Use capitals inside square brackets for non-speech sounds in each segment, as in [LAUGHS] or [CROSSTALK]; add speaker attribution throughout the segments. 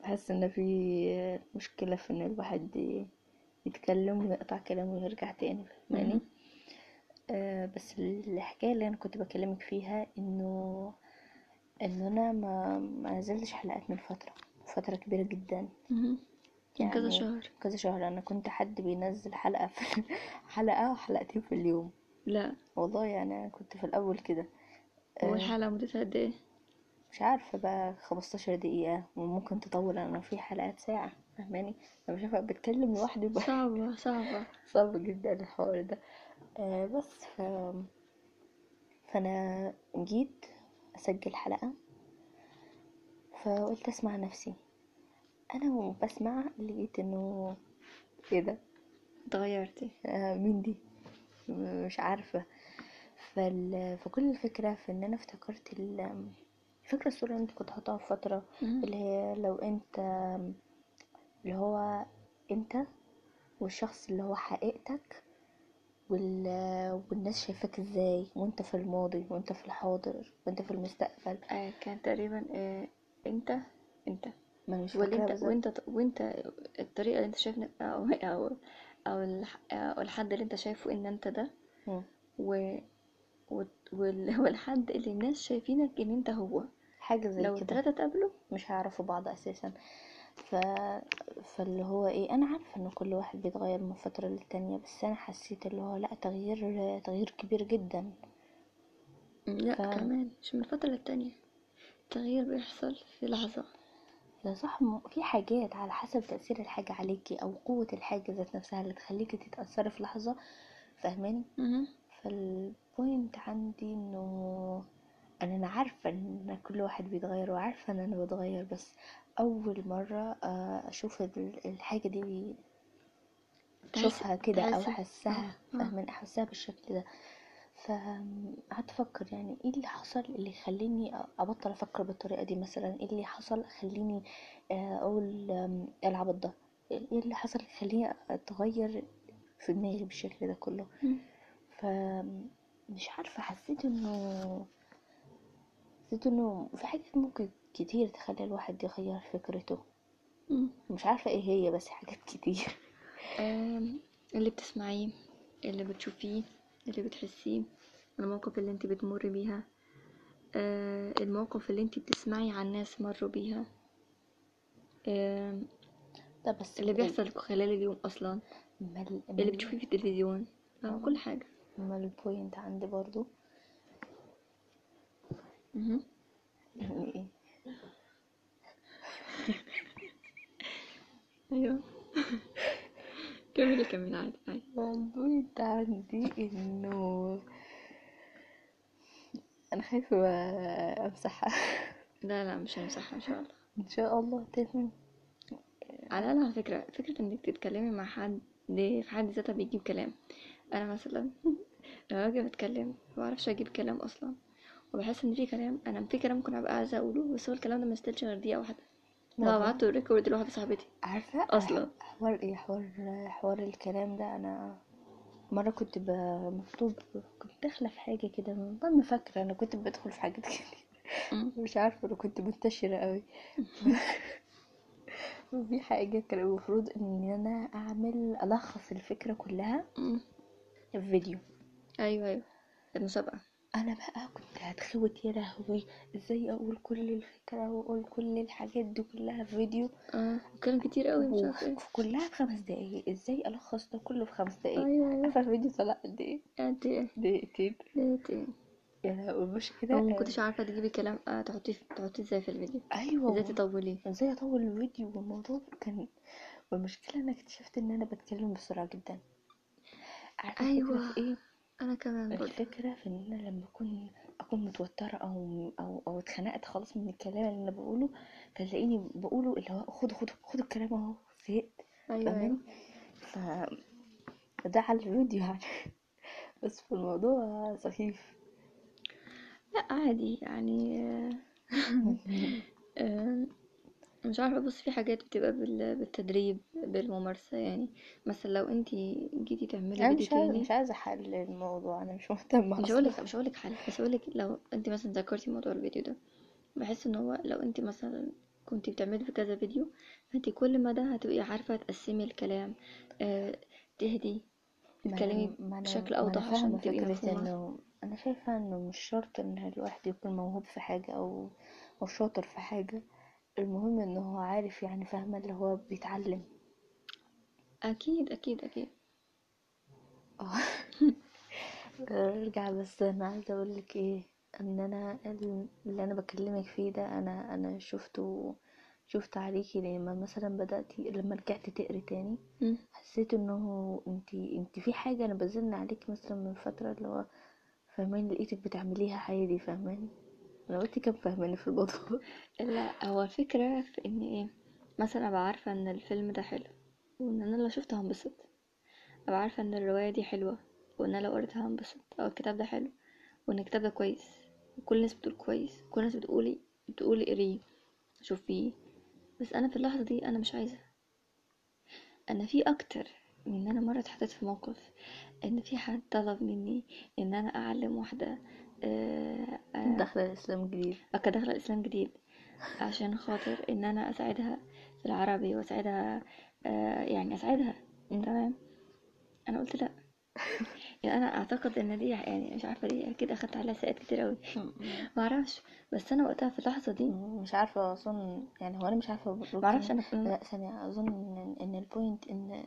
Speaker 1: بحس ان في مشكلة في ان الواحد ي- يتكلم ويقطع كلامه ويرجع تاني فاهماني
Speaker 2: مهم.
Speaker 1: آه بس الحكاية اللي انا كنت بكلمك فيها انه ان انا ما ما نزلتش حلقات من فترة فترة كبيرة جدا
Speaker 2: مهم. من كذا
Speaker 1: يعني
Speaker 2: شهر
Speaker 1: كذا شهر انا كنت حد بينزل حلقة في حلقة وحلقتين في اليوم
Speaker 2: لا
Speaker 1: والله يعني انا كنت في الاول كده
Speaker 2: هو
Speaker 1: آه،
Speaker 2: الحلقة مدتها قد [LAUGHS] ايه
Speaker 1: مش عارفة بقى 15 دقيقة وممكن تطول انا في حلقات ساعة فاهماني انا مش عارفة بتكلم لوحدي بقى
Speaker 2: صعبة صعبة
Speaker 1: صعب جدا الحوار ده آه بس ف... فانا جيت اسجل حلقة فقلت اسمع نفسي انا وبسمع لقيت انه ايه ده
Speaker 2: اتغيرتي
Speaker 1: آه مين دي م- مش عارفة فال... فكل الفكرة في ان انا افتكرت ال... فاكرة الصورة اللي انت كنت حاطاها في فترة
Speaker 2: مهم.
Speaker 1: اللي هي لو انت اللي هو انت والشخص اللي هو حقيقتك وال... والناس شايفاك ازاي وانت في الماضي وانت في الحاضر وانت في المستقبل
Speaker 2: آه كان تقريبا آه انت انت
Speaker 1: ما انا مش
Speaker 2: ولا
Speaker 1: فاكرة
Speaker 2: انت
Speaker 1: بالظبط
Speaker 2: وانت وانت الطريقة اللي آه، انت شايفنا [LAUGHS] او او او الح- او الحد اللي انت شايفه ان انت ده
Speaker 1: مم.
Speaker 2: و وت- وال- [LAUGHS] والحد اللي الناس شايفينك ان انت هو
Speaker 1: حاجة زي
Speaker 2: لو
Speaker 1: كده
Speaker 2: التلاتة اتقابلوا
Speaker 1: مش هيعرفوا بعض اساسا ف... فاللي هو ايه انا عارفة ان كل واحد بيتغير من فترة للتانية بس انا حسيت اللي هو لا تغيير تغيير كبير جدا
Speaker 2: م،
Speaker 1: ف
Speaker 2: لا كمان مش من فترة للتانية التغيير بيحصل في لحظة
Speaker 1: ده صح م- في حاجات على حسب تأثير الحاجة عليكي أو قوة الحاجة ذات نفسها اللي تخليكي تتأثري في لحظة فاهماني
Speaker 2: مهم.
Speaker 1: فالبوينت عندي انه انا أنا عارفة ان كل واحد بيتغير وعارفة ان انا بتغير بس اول مرة آه، اشوف ال- الحاجة دي
Speaker 2: تحس
Speaker 1: اشوفها كده او
Speaker 2: تحس اه
Speaker 1: احسها
Speaker 2: اه
Speaker 1: فاهمين احسها بالشكل ده فقعدت افكر يعني ايه اللي حصل اللي يخليني أ- ابطل افكر بالطريقه دي مثلا ايه اللي حصل خليني آه، اقول آم، إيه العبط ده ايه اللي حصل يخليني اتغير في دماغي بالشكل ده كله
Speaker 2: م.
Speaker 1: ف مش عارفه حسيت انه حسيت انه في حاجات ممكن كتير تخلي الواحد يغير فكرته
Speaker 2: م.
Speaker 1: مش عارفه ايه هي بس حاجات كتير [LAUGHS]
Speaker 2: آم، اللي بتسمعيه اللي بتشوفيه اللي بتحسيه المواقف اللي انت بتمر بيها آه، المواقف اللي انت بتسمعي عن ناس مروا بيها آم،
Speaker 1: ده بس
Speaker 2: اللي
Speaker 1: ال-
Speaker 2: بيحصل خلال اليوم اصلا
Speaker 1: ما ال-
Speaker 2: اللي
Speaker 1: ما
Speaker 2: بتشوفيه في التلفزيون آه،
Speaker 1: ال-
Speaker 2: كل حاجة
Speaker 1: ما البوينت عندي برضو
Speaker 2: مهم.
Speaker 1: يعني ايه
Speaker 2: ايوه [LAUGHS] كملي كملي عادي عادي
Speaker 1: البوينت عندي انه انا خايفة بقى [LAUGHS] امسحها
Speaker 2: لا لا مش هنمسحها ان شاء الله
Speaker 1: ان شاء الله تفهم
Speaker 2: على الأقل على فكرة فكرة انك تتكلمي مع حد دي في حد ذاتها بيجيب كلام انا [LAUGHS] مثلا لما باجي بتكلم ما بعرفش اجيب كلام اصلا وبحس ان في كلام انا في كلام ممكن ابقى عايزه اقوله بس هو الكلام ده ما يستاهلش غير دقيقه واحده لو
Speaker 1: والله
Speaker 2: بعت الريكورد لواحده صاحبتي
Speaker 1: عارفة أح-
Speaker 2: اصلا
Speaker 1: حوار ايه حوار حوار الكلام ده انا مرة كنت ب- مكتوب كنت داخلة في حاجة كده من ضمن فاكرة انا كنت بدخل في حاجات [LAUGHS] كده
Speaker 2: أمم.
Speaker 1: مش عارفة انا كنت منتشرة قوي [LAUGHS] في حاجة كان المفروض ان انا اعمل الخص الفكرة كلها
Speaker 2: أمم.
Speaker 1: في فيديو
Speaker 2: ايوه ايوه المسابقه
Speaker 1: انا بقى كنت هتخوت يا لهوي ازاي اقول كل الفكره واقول كل الحاجات دي كلها في فيديو
Speaker 2: اه كلام كتير قوي مش عارفه ايه
Speaker 1: وكلها في خمس دقايق ازاي الخص ده كله في خمس دقايق
Speaker 2: ايوه ايوه
Speaker 1: عارفه الفيديو طلع قد ايه
Speaker 2: قد ايه
Speaker 1: دقيقتين
Speaker 2: قد ايه
Speaker 1: يا لهوي المشكله
Speaker 2: او ما
Speaker 1: آه،
Speaker 2: كنتش عارفه تجيبي كلام آه تحطيه في- تحطيه ازاي في الفيديو
Speaker 1: ايوه
Speaker 2: ازاي
Speaker 1: والله
Speaker 2: تطوليه
Speaker 1: ازاي اطول الفيديو والموضوع كان والمشكله انا اكتشفت ان انا بتكلم بسرعه جدا عارفه الفكره في
Speaker 2: ايوه
Speaker 1: ايه
Speaker 2: انا كمان برضه
Speaker 1: الفكرة في إن أنا لما أكون أكون متوترة أو أو أو اتخنقت خلاص من الكلام اللي أنا بقوله فتلاقيني بقوله اللي هو خد خد خد الكلام أهو زهقت
Speaker 2: ايوه ايوه
Speaker 1: فاهماني ف- فده على الفيديو يعني [LAUGHS] بس في الموضوع سخيف
Speaker 2: لا عادي يعني آه أمم. آه، مش عارفة بص في حاجات بتبقى بال- بالتدريب بالممارسة يعني مثلا لو انتي جيتي تعملي
Speaker 1: أنا
Speaker 2: فيديو
Speaker 1: مش عايزة
Speaker 2: تاني
Speaker 1: مش عايزة أحل الموضوع أنا مش مهتمة
Speaker 2: مش
Speaker 1: أصلا
Speaker 2: هقولك مش هقولك حل بس هقولك لو انتي مثلا ذكرتي موضوع الفيديو ده بحس ان هو لو انتي مثلا كنت بتعملي في كذا فيديو فانت كل مدى هتبقي عارفة تقسمي الكلام آه، تهدي
Speaker 1: ما أنا-
Speaker 2: تتكلمي
Speaker 1: ما أنا-
Speaker 2: بشكل
Speaker 1: ما أنا
Speaker 2: أوضح عشان
Speaker 1: فاهمة
Speaker 2: تبقي
Speaker 1: فكرة
Speaker 2: مفهومة
Speaker 1: إنه أنا شايفة إنه مش شرط إن الواحد يكون موهوب في حاجة أو أو شاطر في حاجة المهم إنه هو عارف يعني فاهمة اللي هو
Speaker 2: [LAUGHS]
Speaker 1: بيتعلم
Speaker 2: أكيد أكيد أكيد
Speaker 1: اه ارجع بس انا عايزه اقول لك ايه ان انا ال- اللي انا بكلمك فيه ده انا انا شفته شفت عليكي لما مثلا بدأتي لما رجعت تقري تاني
Speaker 2: مم.
Speaker 1: حسيت انه انتي انتي في حاجه انا بزن عليك مثلا من فتره اللي هو فاهماني لقيتك بتعمليها عادي فاهماني انا قلت كم فاهماني في
Speaker 2: [LAUGHS]
Speaker 1: الموضوع
Speaker 2: لا هو الفكرة في إن إيه مثلا أبقى عارفة إن الفيلم ده حلو وإن أنا لو شفته هنبسط أبقى عارفة إن الرواية دي حلوة وإن أنا لو قريتها هنبسط أو الكتاب ده حلو وإن الكتاب ده كويس وكل الناس بتقول كويس كل الناس بتقولي بتقولي قريه شوفيه بس أنا في اللحظة دي أنا مش عايزة أنا في أكتر من إن أنا مرة اتحطيت في موقف إن في حد طلب مني إن أنا أعلم واحدة آه، آه،
Speaker 1: داخله الاسلام
Speaker 2: [LAUGHS]
Speaker 1: جديد
Speaker 2: أكا داخلة إسلام جديد عشان خاطر ان انا اساعدها في العربي واساعدها آه يعني اساعدها
Speaker 1: مم.
Speaker 2: تمام انا قلت لا يعني انا اعتقد ان دي يعني مش عارفه ليه اكيد اخدت عليها ساعات كتير قوي ما اعرفش بس انا وقتها في اللحظه دي
Speaker 1: مش عارفه اظن يعني هو انا مش عارفه
Speaker 2: ما
Speaker 1: برضه
Speaker 2: اعرفش
Speaker 1: إن-
Speaker 2: انا
Speaker 1: لا ثانيه اظن ان ان البوينت ان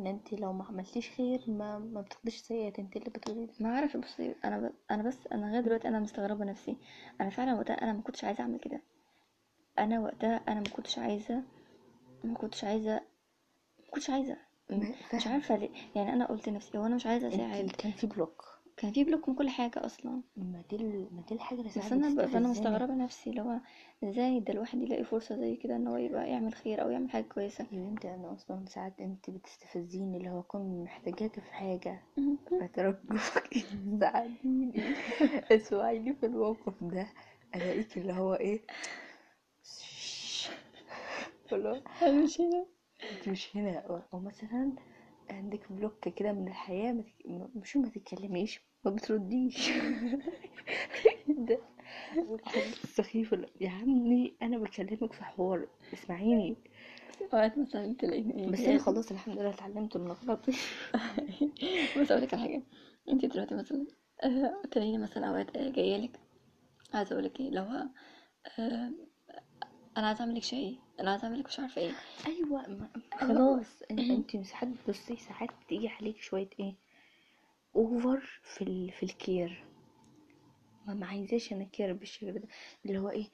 Speaker 1: ان انت لو ما عملتيش خير ما ما بتاخديش سيئات انت اللي بتقولي ده
Speaker 2: ما اعرف بصي انا ب... انا بس انا لغايه دلوقتي انا مستغربه نفسي انا فعلا وقتها انا ما كنتش عايزه اعمل كده انا وقتها انا ما كنتش عايزه ما كنتش عايزه ما كنتش عايزه
Speaker 1: ما-
Speaker 2: مش
Speaker 1: فاهمة.
Speaker 2: عارفه ليه يعني انا قلت لنفسي هو انا مش عايزه اساعد
Speaker 1: انت كان في بلوك
Speaker 2: كان في بلوك من كل حاجه اصلا
Speaker 1: ما دي ال- ما دي الحاجه اللي
Speaker 2: بس
Speaker 1: ساعات
Speaker 2: انا ب... انا
Speaker 1: بتستفزني
Speaker 2: مستغربه نفسي لو ازاي ده الواحد يلاقي فرصه زي كده ان هو يبقى يعمل خير او يعمل حاجه كويسه
Speaker 1: يا بنتي يعني انا اصلا ساعات انت بتستفزيني اللي هو اكون محتاجاكي في حاجه فترجوك [LAUGHS] ساعديني اسمعيني في الموقف ده الاقيك اللي هو ايه اللي
Speaker 2: [LAUGHS] أنا مش هنا
Speaker 1: انت مش هنا او أو مثلا عندك بلوك كده من الحياه ما تك... ما- مش ما تتكلميش ما بترديش [LAUGHS] ده الحديث السخيف اللي- يا عمي انا بكلمك في حوار اسمعيني
Speaker 2: اوقات مثلا تلاقيني إيه،
Speaker 1: بس انا
Speaker 2: جاية-
Speaker 1: خلاص الحمد لله اتعلمت من غلطي
Speaker 2: [LAUGHS] بس اقول لك على حاجه انت دلوقتي مثلا آه، تلاقيني مثلا اوقات جايه لك عايزه اقول لك ايه لو آه، انا عايزه اعمل لك شاي انا عايزه اعمل لك مش عارفه ايه
Speaker 1: ايوه ما
Speaker 2: ايوه
Speaker 1: خلاص ان- انت ساعات بصي ساعات تيجي عليك شويه ايه اوفر في ال... في الكير ما ما عايزاش انا كير بالشكل ده اللي هو ايه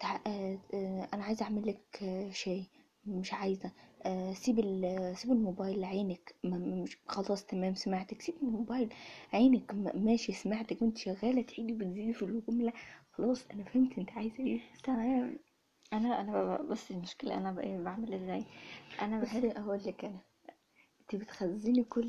Speaker 1: تع... آه... آه... انا عايزه اعمل لك آه... شاي مش عايزه آه... سيب ال... سيب الموبايل لعينك ما... ما- مش... خلاص تمام سمعتك سيب الموبايل عينك ما... ماشي سمعتك وانت شغاله تيجي بتزيدي في الجمله خلاص انا فهمت انت عايزه ايه
Speaker 2: تمام انا انا ب- بصي المشكله انا بقى إيه، بعمل ازاي انا بحس
Speaker 1: بصي اقول لك انا انت بتخزني كل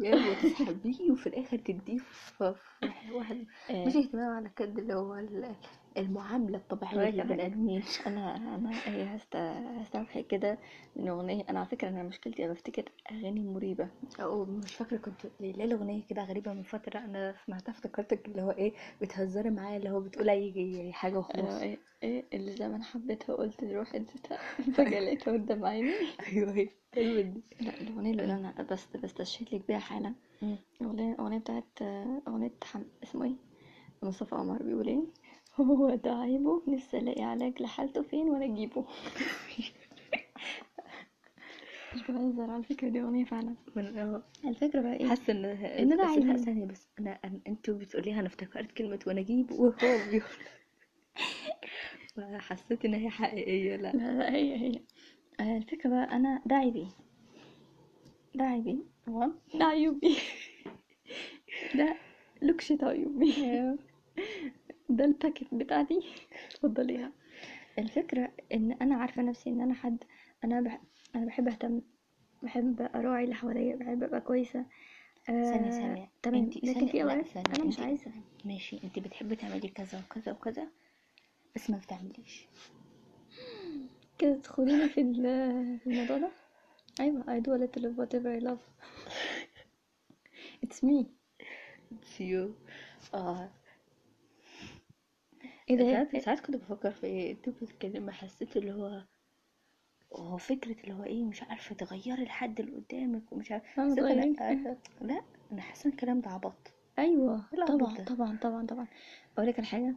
Speaker 1: الاهتمام وتسحبيه وفي الاخر تديه في في واحد مش
Speaker 2: آه،
Speaker 1: اهتمام على قد اللي هو ال- المعامله الطبيعيه
Speaker 2: هقول
Speaker 1: اللي
Speaker 2: لك
Speaker 1: بين
Speaker 2: حاجه
Speaker 1: ادمين
Speaker 2: انا انا ايه هست هستوحي كده من اغنيه انا على فكره انا مشكلتي انا بفتكر اغاني مريبه
Speaker 1: او مش فاكره كنت ليه الاغنيه كده غريبه من فتره انا سمعتها افتكرتك اللي هو ايه بتهزري معايا اللي هو بتقول اي حاجه
Speaker 2: انا
Speaker 1: [LAUGHS] وخلاص
Speaker 2: ايه ايه اللي زمان حبيتها قلت روح اديتها فجاه لقيتها قدام عيني
Speaker 1: ايوه هي حلوة دي
Speaker 2: لا الاغنيه اللي انا بس بستشهد لك بيها حالا
Speaker 1: مم.
Speaker 2: اغنيه اغنيه بتاعت اغنيه حم... اسمه ايه مصطفى قمر بيقول ايه هو ده عيبه لسه لاقي علاج لحالته فين وانا اجيبه مش بهزر على فكره دي اغنيه فعلا
Speaker 1: من اه
Speaker 2: الفكره بقى ايه
Speaker 1: حاسه ان
Speaker 2: ان ده
Speaker 1: بس لا
Speaker 2: عيبه
Speaker 1: ثانيه بس انا أنا- انتوا بتقوليها انا افتكرت كلمه وانا اجيب وهو بيقول [LAUGHS] حسيت ان هي حقيقيه لا
Speaker 2: لا لا [LAUGHS] هي هي آه، الفكرة بقى أنا ده عيبي ده عيبي تمام ده عيوبي [LAUGHS] ده لوكشي عيوبي
Speaker 1: ايوه
Speaker 2: [LAUGHS] ده الباكت بتاعتي اتفضليها الفكرة إن أنا عارفة نفسي إن أنا حد أنا بح... أنا بحب أهتم بحب أراعي اللي حواليا بحب أبقى كويسة
Speaker 1: ثانية
Speaker 2: آه...
Speaker 1: ثانية
Speaker 2: تمام
Speaker 1: انت
Speaker 2: لكن
Speaker 1: ثانية
Speaker 2: في
Speaker 1: لا
Speaker 2: أوقات
Speaker 1: ثانية
Speaker 2: أنا مش
Speaker 1: انت
Speaker 2: عايزة
Speaker 1: ماشي انت بتحبي تعملي كذا وكذا وكذا بس ما بتعمليش
Speaker 2: كده تدخليني في ال- في الموضوع ده أيوة I do a little of whatever I love it's me
Speaker 1: سيو اه
Speaker 2: ايه ده
Speaker 1: آه، ساعات ساعات كنت بفكر في ايه انت بتتكلمي حسيت اللي هو هو فكرة اللي هو ايه مش عارفة تغيري الحد اللي قدامك ومش عارفة
Speaker 2: احنا
Speaker 1: بس انا
Speaker 2: صغيرين
Speaker 1: آه، لا انا حاسة إن الكلام ده عبط
Speaker 2: ايوه
Speaker 1: ايه العبط
Speaker 2: طبعا
Speaker 1: ده
Speaker 2: طبعا طبعا طبعا اقول لك على حاجه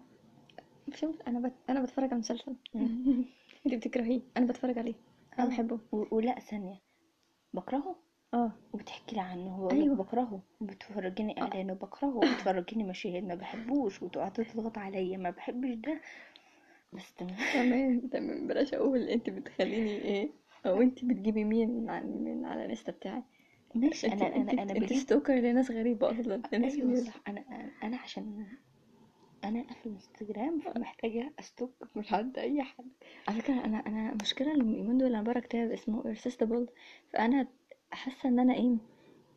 Speaker 2: شوف انا بت... انا بتفرج على مسلسل
Speaker 1: مم.
Speaker 2: [LAUGHS] انت بتكرهيه انا بتفرج عليه انا
Speaker 1: اه
Speaker 2: بحبه
Speaker 1: و- ولا ثانية بكرهه
Speaker 2: اه
Speaker 1: وبتحكي لي عنه بقول لك
Speaker 2: ايوه
Speaker 1: بكرهه وبتفرجيني
Speaker 2: آه.
Speaker 1: اعلانه بكرهه وبتفرجيني مشاهد ما بحبوش وتقعد تضغط عليا ما بحبش ده بس تمام
Speaker 2: تمام تمام بلاش اقول انت بتخليني ايه او انت بتجيبي مين من على من على الانستا بتاعي
Speaker 1: ماشي
Speaker 2: انت
Speaker 1: انا انا
Speaker 2: انت
Speaker 1: انا
Speaker 2: انت
Speaker 1: بجيب
Speaker 2: ستوكر لناس غريبه اصلا لناس
Speaker 1: ايوه
Speaker 2: ويرد
Speaker 1: صح انا انا أنا عشان انا قافله انستجرام فمحتاجه استوك من حد اي حد
Speaker 2: آه. على فكره انا انا المشكله اليومين دول انا بقرا كتاب اسمه irresistible فانا حاسه ان انا ايه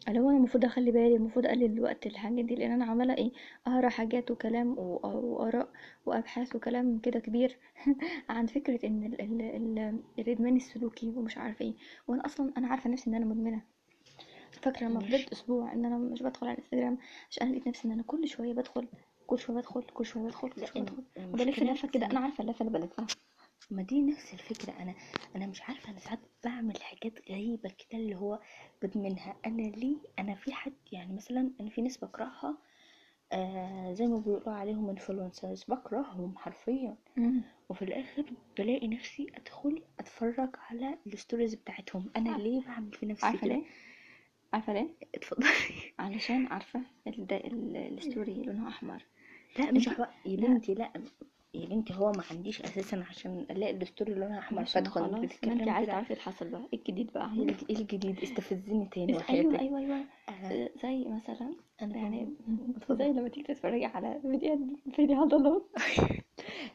Speaker 2: اللي هو انا المفروض اخلي بالي المفروض اقلل الوقت الحاجات دي لان انا عماله ايه اقرا حاجات وكلام و- واراء وابحاث وكلام كده كبير [LAUGHS] عن فكره ان ال ال ال الادمان السلوكي ومش عارفه ايه وانا اصلا انا عارفه نفسي ان انا مدمنه فاكره لما
Speaker 1: ماشي
Speaker 2: فضلت اسبوع ان انا مش بدخل على الانستجرام عشان انا لقيت نفسي ان انا كل شويه بدخل كل شويه بدخل كل شويه بدخل كل
Speaker 1: لا
Speaker 2: شويه
Speaker 1: الم-
Speaker 2: بدخل وبلف
Speaker 1: المشكله
Speaker 2: لفه كده
Speaker 1: ثانية
Speaker 2: انا عارفه اللفه اللي بلفها
Speaker 1: ما دي نفس الفكرة أنا أنا مش عارفة أنا ساعات بعمل حاجات غريبة كده اللي هو بدمنها أنا ليه أنا في حد يعني مثلا أنا في ناس بكرهها آه زي ما بيقولوا عليهم انفلونسرز بكرههم حرفيا
Speaker 2: مم.
Speaker 1: وفي الآخر بلاقي نفسي أدخل أتفرج على الستوريز بتاعتهم أنا ليه بعمل في نفسي [LAUGHS]
Speaker 2: عارفه
Speaker 1: كده
Speaker 2: ليه عارفه ليه
Speaker 1: اتفضلي
Speaker 2: علشان عارفه ال- ده ال- الستوري لونها احمر
Speaker 1: لا مش
Speaker 2: انت
Speaker 1: هو يا
Speaker 2: لا
Speaker 1: بنتي لا يا بنتي هو ما عنديش أساسا عشان ألاقي الستوري لونها أحمر
Speaker 2: ماشي ما
Speaker 1: فأدخل أنت
Speaker 2: خلاص ما انت
Speaker 1: بتتكلمي
Speaker 2: عايزه
Speaker 1: كده
Speaker 2: تعرفي اللي حصل بقى ايه الجديد بقى
Speaker 1: ايه
Speaker 2: عندك
Speaker 1: الج- إيه الجديد استفزني تاني
Speaker 2: بس ايوه
Speaker 1: وحياتك
Speaker 2: ايوه ايوه
Speaker 1: آه.
Speaker 2: آه، زي مثلا
Speaker 1: انا
Speaker 2: يعني
Speaker 1: كنت
Speaker 2: [LAUGHS] زي
Speaker 1: اتفضل
Speaker 2: لما تيجي تتفرجي على فيديوهات فيديو عضلات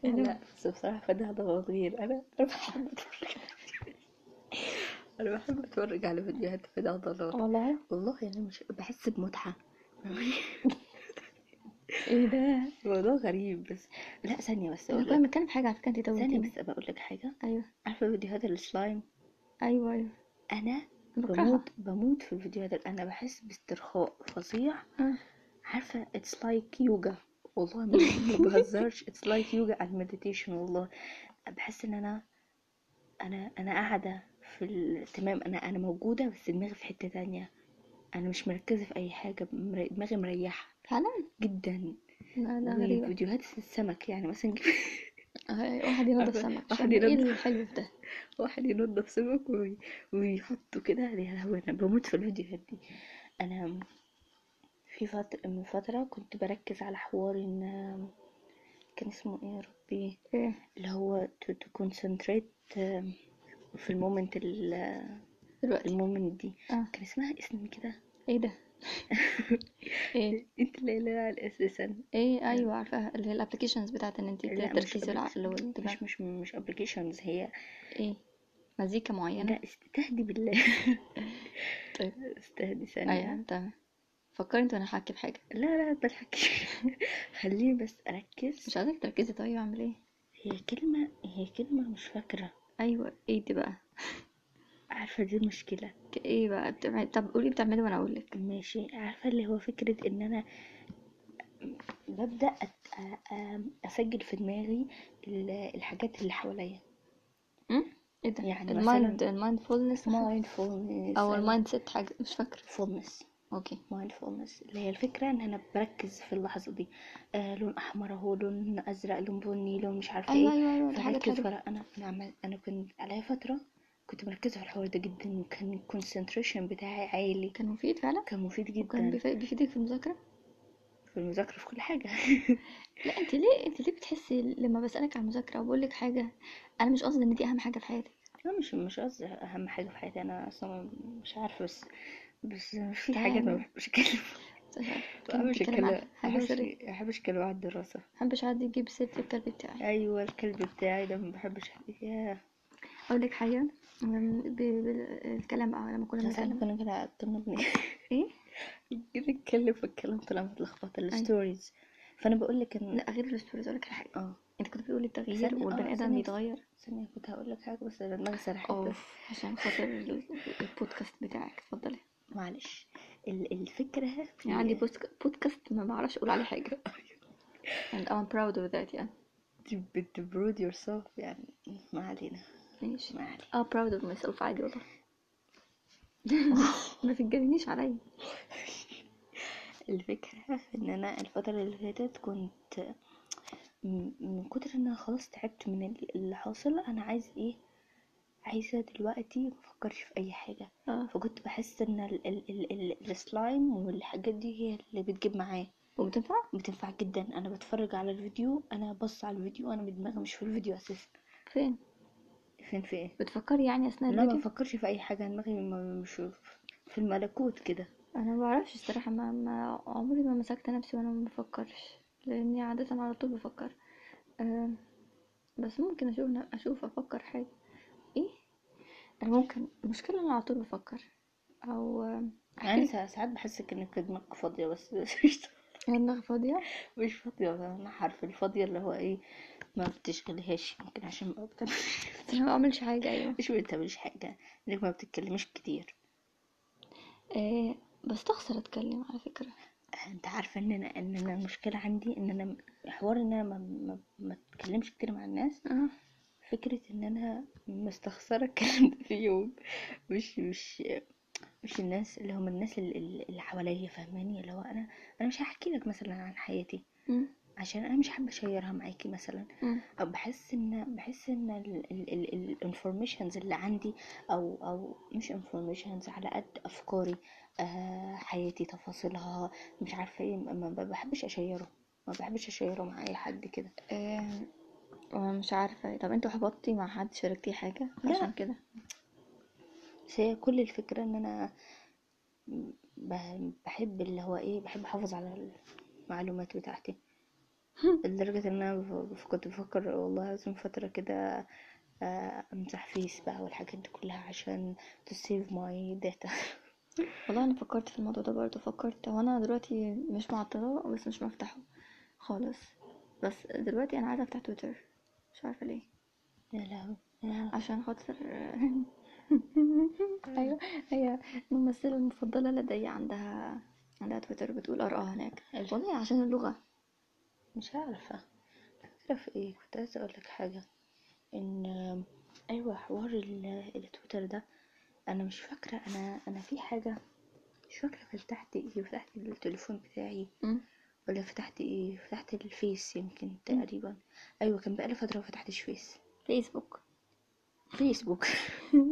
Speaker 1: لا
Speaker 2: انما
Speaker 1: لا بس بصراحة فده ده غير انا انا بحب اتفرج انا بحب اتفرج على فيديوهات فده عضلات
Speaker 2: والله
Speaker 1: والله انا مش بحس بمتعة
Speaker 2: ايه ده
Speaker 1: الموضوع غريب بس لا ثانية بس
Speaker 2: احنا
Speaker 1: اقول
Speaker 2: كنا
Speaker 1: لك
Speaker 2: بنتكلم في حاجه على فكره انت
Speaker 1: ثانية
Speaker 2: توهتيني
Speaker 1: بس بقول لك حاجة
Speaker 2: ايوه
Speaker 1: عارفة فيديوهات السلايم
Speaker 2: ايوه ايوه
Speaker 1: انا
Speaker 2: أنا بكرهها
Speaker 1: بموت بموت في الفيديوهات دي. انا بحس باسترخاء فظيع
Speaker 2: آه.
Speaker 1: عارفة it's like yoga والله ما ما بهزرش it's like yoga and meditation والله بحس ان انا انا انا قاعده في ال- تمام انا انا موجوده بس دماغي في حته تانية انا مش مركزه في اي حاجه مر- دماغي مريحه
Speaker 2: فعلا
Speaker 1: جدا
Speaker 2: لا ده غريبه
Speaker 1: وفيديوهات السمك يعني مثلا جيب-
Speaker 2: آه، واحد ينضف
Speaker 1: عارفة،
Speaker 2: سمك
Speaker 1: واحد
Speaker 2: شم ايه
Speaker 1: ينضف
Speaker 2: الحلو في
Speaker 1: [LAUGHS]
Speaker 2: ده
Speaker 1: واحد ينضف سمك وي- ويحطه كده يا لهوي انا بموت في الفيديوهات دي انا في فترة من فترة كنت بركز على حوار ان كان اسمه ايه يا ربي
Speaker 2: ايه
Speaker 1: اللي هو تكونسنتريت آه، في المومنت
Speaker 2: دلوقتي
Speaker 1: المومنت دي
Speaker 2: اه
Speaker 1: كان اسمها اسم كده
Speaker 2: ايه
Speaker 1: [LAUGHS]
Speaker 2: ده ايه
Speaker 1: انت لا لا على اساسا
Speaker 2: ايه ايوه عارفاها اللي هي الابلكيشنز بتاعت ان انت
Speaker 1: يعني لا مش
Speaker 2: تركيز
Speaker 1: أبليك...
Speaker 2: العقل والدماغ
Speaker 1: مش مش مش ابلكيشنز هي
Speaker 2: ايه مزيكا معينه
Speaker 1: لا استهدي بالله [LAUGHS]
Speaker 2: طيب
Speaker 1: استهدي
Speaker 2: ايوه
Speaker 1: ثانية
Speaker 2: تمام فكري انت وانا هحكي بحاجه
Speaker 1: لا لا بضحك [LAUGHS] خليني بس اركز
Speaker 2: مش عايزاك تركزي طيب اعمل ايه
Speaker 1: هي كلمة هي كلمة مش فاكرة
Speaker 2: ايوه ايه دي بقى
Speaker 1: عارفة دي مشكلة
Speaker 2: ك- ايه بقى بتعمل طب قولي بتعملي وانا اقول لك
Speaker 1: ماشي عارفة اللي هو فكرة ان انا ببدأ أت... أ- أم- اسجل في دماغي ال- الحاجات اللي حواليا
Speaker 2: ايه ده
Speaker 1: يعني مثلا
Speaker 2: المايند المايندفولنس
Speaker 1: mindfulness
Speaker 2: او
Speaker 1: أو
Speaker 2: المايند سيت حاجه مش فاكره
Speaker 1: fullness
Speaker 2: اوكي
Speaker 1: mindfulness اللي هي الفكرة ان انا بركز في اللحظة دي آه لون احمر اهو لون ازرق لون بني لون مش عارفة
Speaker 2: ايوه
Speaker 1: ايه
Speaker 2: ايوه ايوه دي حاجات
Speaker 1: فركز
Speaker 2: حلوه
Speaker 1: ورا انا انا عمال انا كنت عليا فترة كنت مركزة في الحوار ده جدا وكان الكونسنتريشن بتاعي عالي
Speaker 2: كان مفيد فعلا
Speaker 1: كان مفيد
Speaker 2: وكان
Speaker 1: جدا
Speaker 2: بيف- بيفيدك في المذاكره
Speaker 1: في المذاكرة في كل حاجة [LAUGHS]
Speaker 2: لا انت ليه انت ليه بتحسي لما بسالك عن المذاكره وبقول لك حاجه انا مش قصدي ان دي اهم حاجه في حياتك
Speaker 1: انا مش مش قصدي اهم حاجة في حياتي انا اصلا مش عارفة بس بس في حاجات ما
Speaker 2: تمام
Speaker 1: بحبش اتكلم
Speaker 2: مش عارفة
Speaker 1: [LAUGHS] ما
Speaker 2: بتتكلم
Speaker 1: بحبش اتكلم
Speaker 2: بتتكلم عن
Speaker 1: ما
Speaker 2: حاجة
Speaker 1: بحبش
Speaker 2: سرية
Speaker 1: ما بحبش اتكلم عن الدراسة
Speaker 2: محبش حد يجيب سيرة الكلب بتاعي
Speaker 1: ايوه الكلب بتاعي ده ما بحبش ياه
Speaker 2: أقول لك حاجة أم، ب- ب- الكلام بقى لما كنا
Speaker 1: احنا ساعات
Speaker 2: بنتكلم
Speaker 1: كنا كده كنا بن- [LAUGHS]
Speaker 2: إيه
Speaker 1: جيت اتكلم في الكلام طلع متلخبط
Speaker 2: أي
Speaker 1: الستوريز فانا بقول لك ان
Speaker 2: لا غير الستوريز أقول لك على حاجة
Speaker 1: اه
Speaker 2: أنت كنت بتقولي التغيير
Speaker 1: ثانية اه
Speaker 2: والبني آدم
Speaker 1: ثانية
Speaker 2: يتغير
Speaker 1: ثانية كنت هقول لك حاجة بس انا دماغي سرحت بس
Speaker 2: أوف عشان خاطر ال- البودكاست بتاعك اتفضلي
Speaker 1: معلش ال- الفكرة في [LAUGHS] أيوه.
Speaker 2: يعني عندي بودك- بودكاست ما بعرفش أقول عليه حاجة and I'm proud of that يعني
Speaker 1: بتبرود يور سيلف يعني ما علينا
Speaker 2: ماشي
Speaker 1: ما علينا
Speaker 2: اه براود اوف ماي سيلف عادي
Speaker 1: [LAUGHS]
Speaker 2: والله [LAUGHS] ما تتجننيش عليا
Speaker 1: الفكرة ان انا الفترة اللي فاتت كنت م- من كتر ان انا خلاص تعبت من ال- اللي حاصل انا عايز ايه عايزة دلوقتي مفكرش في اي حاجة
Speaker 2: اه
Speaker 1: فكنت بحس ان ال- ال- ال- ال- السلايم والحاجات دي هي اللي بتجيب معايا
Speaker 2: وبتنفع
Speaker 1: بتنفع جدا انا بتفرج على الفيديو انا بص على الفيديو انا دماغي مش في الفيديو اساسا
Speaker 2: فين
Speaker 1: فين في ايه
Speaker 2: بتفكري يعني اثناء
Speaker 1: لا ما
Speaker 2: الفيديو
Speaker 1: بفكرش في اي حاجه دماغي م- مش في الملكوت كده
Speaker 2: انا ما بعرفش الصراحه ما, ما عمري ما مسكت نفسي وانا ما بفكرش لاني عاده على طول بفكر أه بس ممكن اشوف اشوف افكر حاجه ايه انا ممكن المشكله إن انا على طول بفكر او آه،
Speaker 1: يعني
Speaker 2: احكي
Speaker 1: سا- ساعات بحسك انك دماغك فاضيه بس [LAUGHS] مش
Speaker 2: لك دماغ فاضيه
Speaker 1: مش فاضيه انا حرف الفاضيه اللي هو ايه ما بتشغلهاش يمكن عشان ما بتعملش
Speaker 2: بس انا ما بعملش حاجه ايوه
Speaker 1: [LAUGHS] مش ما بتعملش حاجه انك ما بتتكلمش كتير
Speaker 2: أه بستخسر اتكلم على فكره
Speaker 1: انت عارفه ان انا ان انا المشكله عندي ان انا حوار ان انا ما ما, ما بتكلمش كتير مع الناس
Speaker 2: اه
Speaker 1: فكره ان انا مستخسره الكلام ده فيهم مش مش مش الناس اللي هم الناس ال- ال- اللي حواليا فاهماني اللي هو انا انا مش هحكي لك مثلا عن حياتي
Speaker 2: مم.
Speaker 1: عشان انا مش حابه اشيرها معاكي مثلا
Speaker 2: مم.
Speaker 1: او بحس ان بحس ان الانفورميشنز اللي عندي او او مش انفورميشنز على قد افكاري آه حياتي تفاصيلها مش عارفه ايه ما ما بحبش اشيره ما بحبش اشيره مع اي حد كده
Speaker 2: آه، مش عارفة طب انتوا حبطتي مع حد شاركتيه حاجة
Speaker 1: لا.
Speaker 2: عشان كده
Speaker 1: بس هي كل الفكره ان انا ب- بحب اللي هو ايه بحب احافظ على المعلومات بتاعتي لدرجة ان انا بف- بف- كنت بفكر والله لازم فترة كده آه، امسح فيس بقى والحاجات دي كلها عشان to save my data [LAUGHS]
Speaker 2: والله انا فكرت في الموضوع ده برضه فكرت هو انا دلوقتي مش معطلة بس مش مفتحه خالص بس دلوقتي انا عايزة افتح تويتر مش عارفة ليه
Speaker 1: يا لهوي يا لهوي.
Speaker 2: عشان خاطر [LAUGHS] ايوه هي الممثلة المفضلة لدي عندها عندها تويتر بتقول ارقاها هناك
Speaker 1: أيوة.
Speaker 2: والله عشان اللغة
Speaker 1: مش عارفة عارف ايه كنت عايزة اقولك حاجة ان ايوه حوار ال- التويتر ده انا مش فاكرة انا انا في حاجة مش فاكرة فتحت ايه فتحت التليفون بتاعي
Speaker 2: مم.
Speaker 1: ولا فتحت ايه فتحت الفيس يمكن تقريبا ايوه كان بقالي فترة ما فتحتش فيس
Speaker 2: فيسبوك
Speaker 1: فيسبوك [LAUGHS]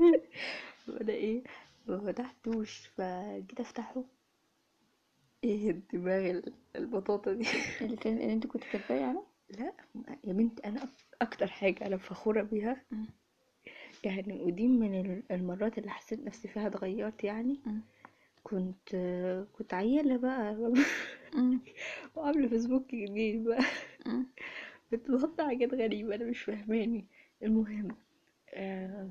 Speaker 1: وانا ايه ما فتحتوش فجيت افتحه ايه الدماغ ال- البطاطا دي [LAUGHS]
Speaker 2: اللي, كان- اللي انت كنت كاتباه يعني
Speaker 1: لا يا بنتي انا أك- اكتر حاجه انا فخوره بيها
Speaker 2: مم.
Speaker 1: يعني ودي من ال- المرات اللي حسيت نفسي فيها اتغيرت يعني
Speaker 2: مم.
Speaker 1: كنت كنت عيله بقى [LAUGHS]
Speaker 2: مم.
Speaker 1: وعامله فيسبوك جديد بقى [LAUGHS]
Speaker 2: مم.
Speaker 1: بتحط حاجات غريبه انا مش فاهماني المهم آه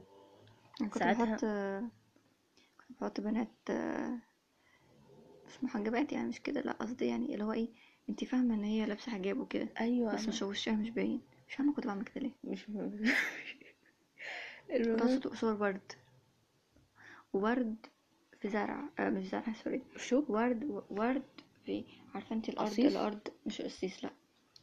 Speaker 2: أنا كنت
Speaker 1: ساعتها-
Speaker 2: بحط كنت بحط بنات آه، مش محجبات يعني مش كده لا قصدي يعني اللي هو ايه انتي فاهمة ان هي لابسة حجاب وكده
Speaker 1: ايوه
Speaker 2: بس
Speaker 1: أنا
Speaker 2: مش وشها مش باين مش فاهمة كنت بعمل كده ليه
Speaker 1: مش [LAUGHS]
Speaker 2: كنت
Speaker 1: المهم
Speaker 2: بحط قصور ورد وورد في زرع آه مش زرع سوري
Speaker 1: شو
Speaker 2: ورد ورد في عارفة انتي الأرض
Speaker 1: قصيص؟
Speaker 2: الأرض مش قصيص لا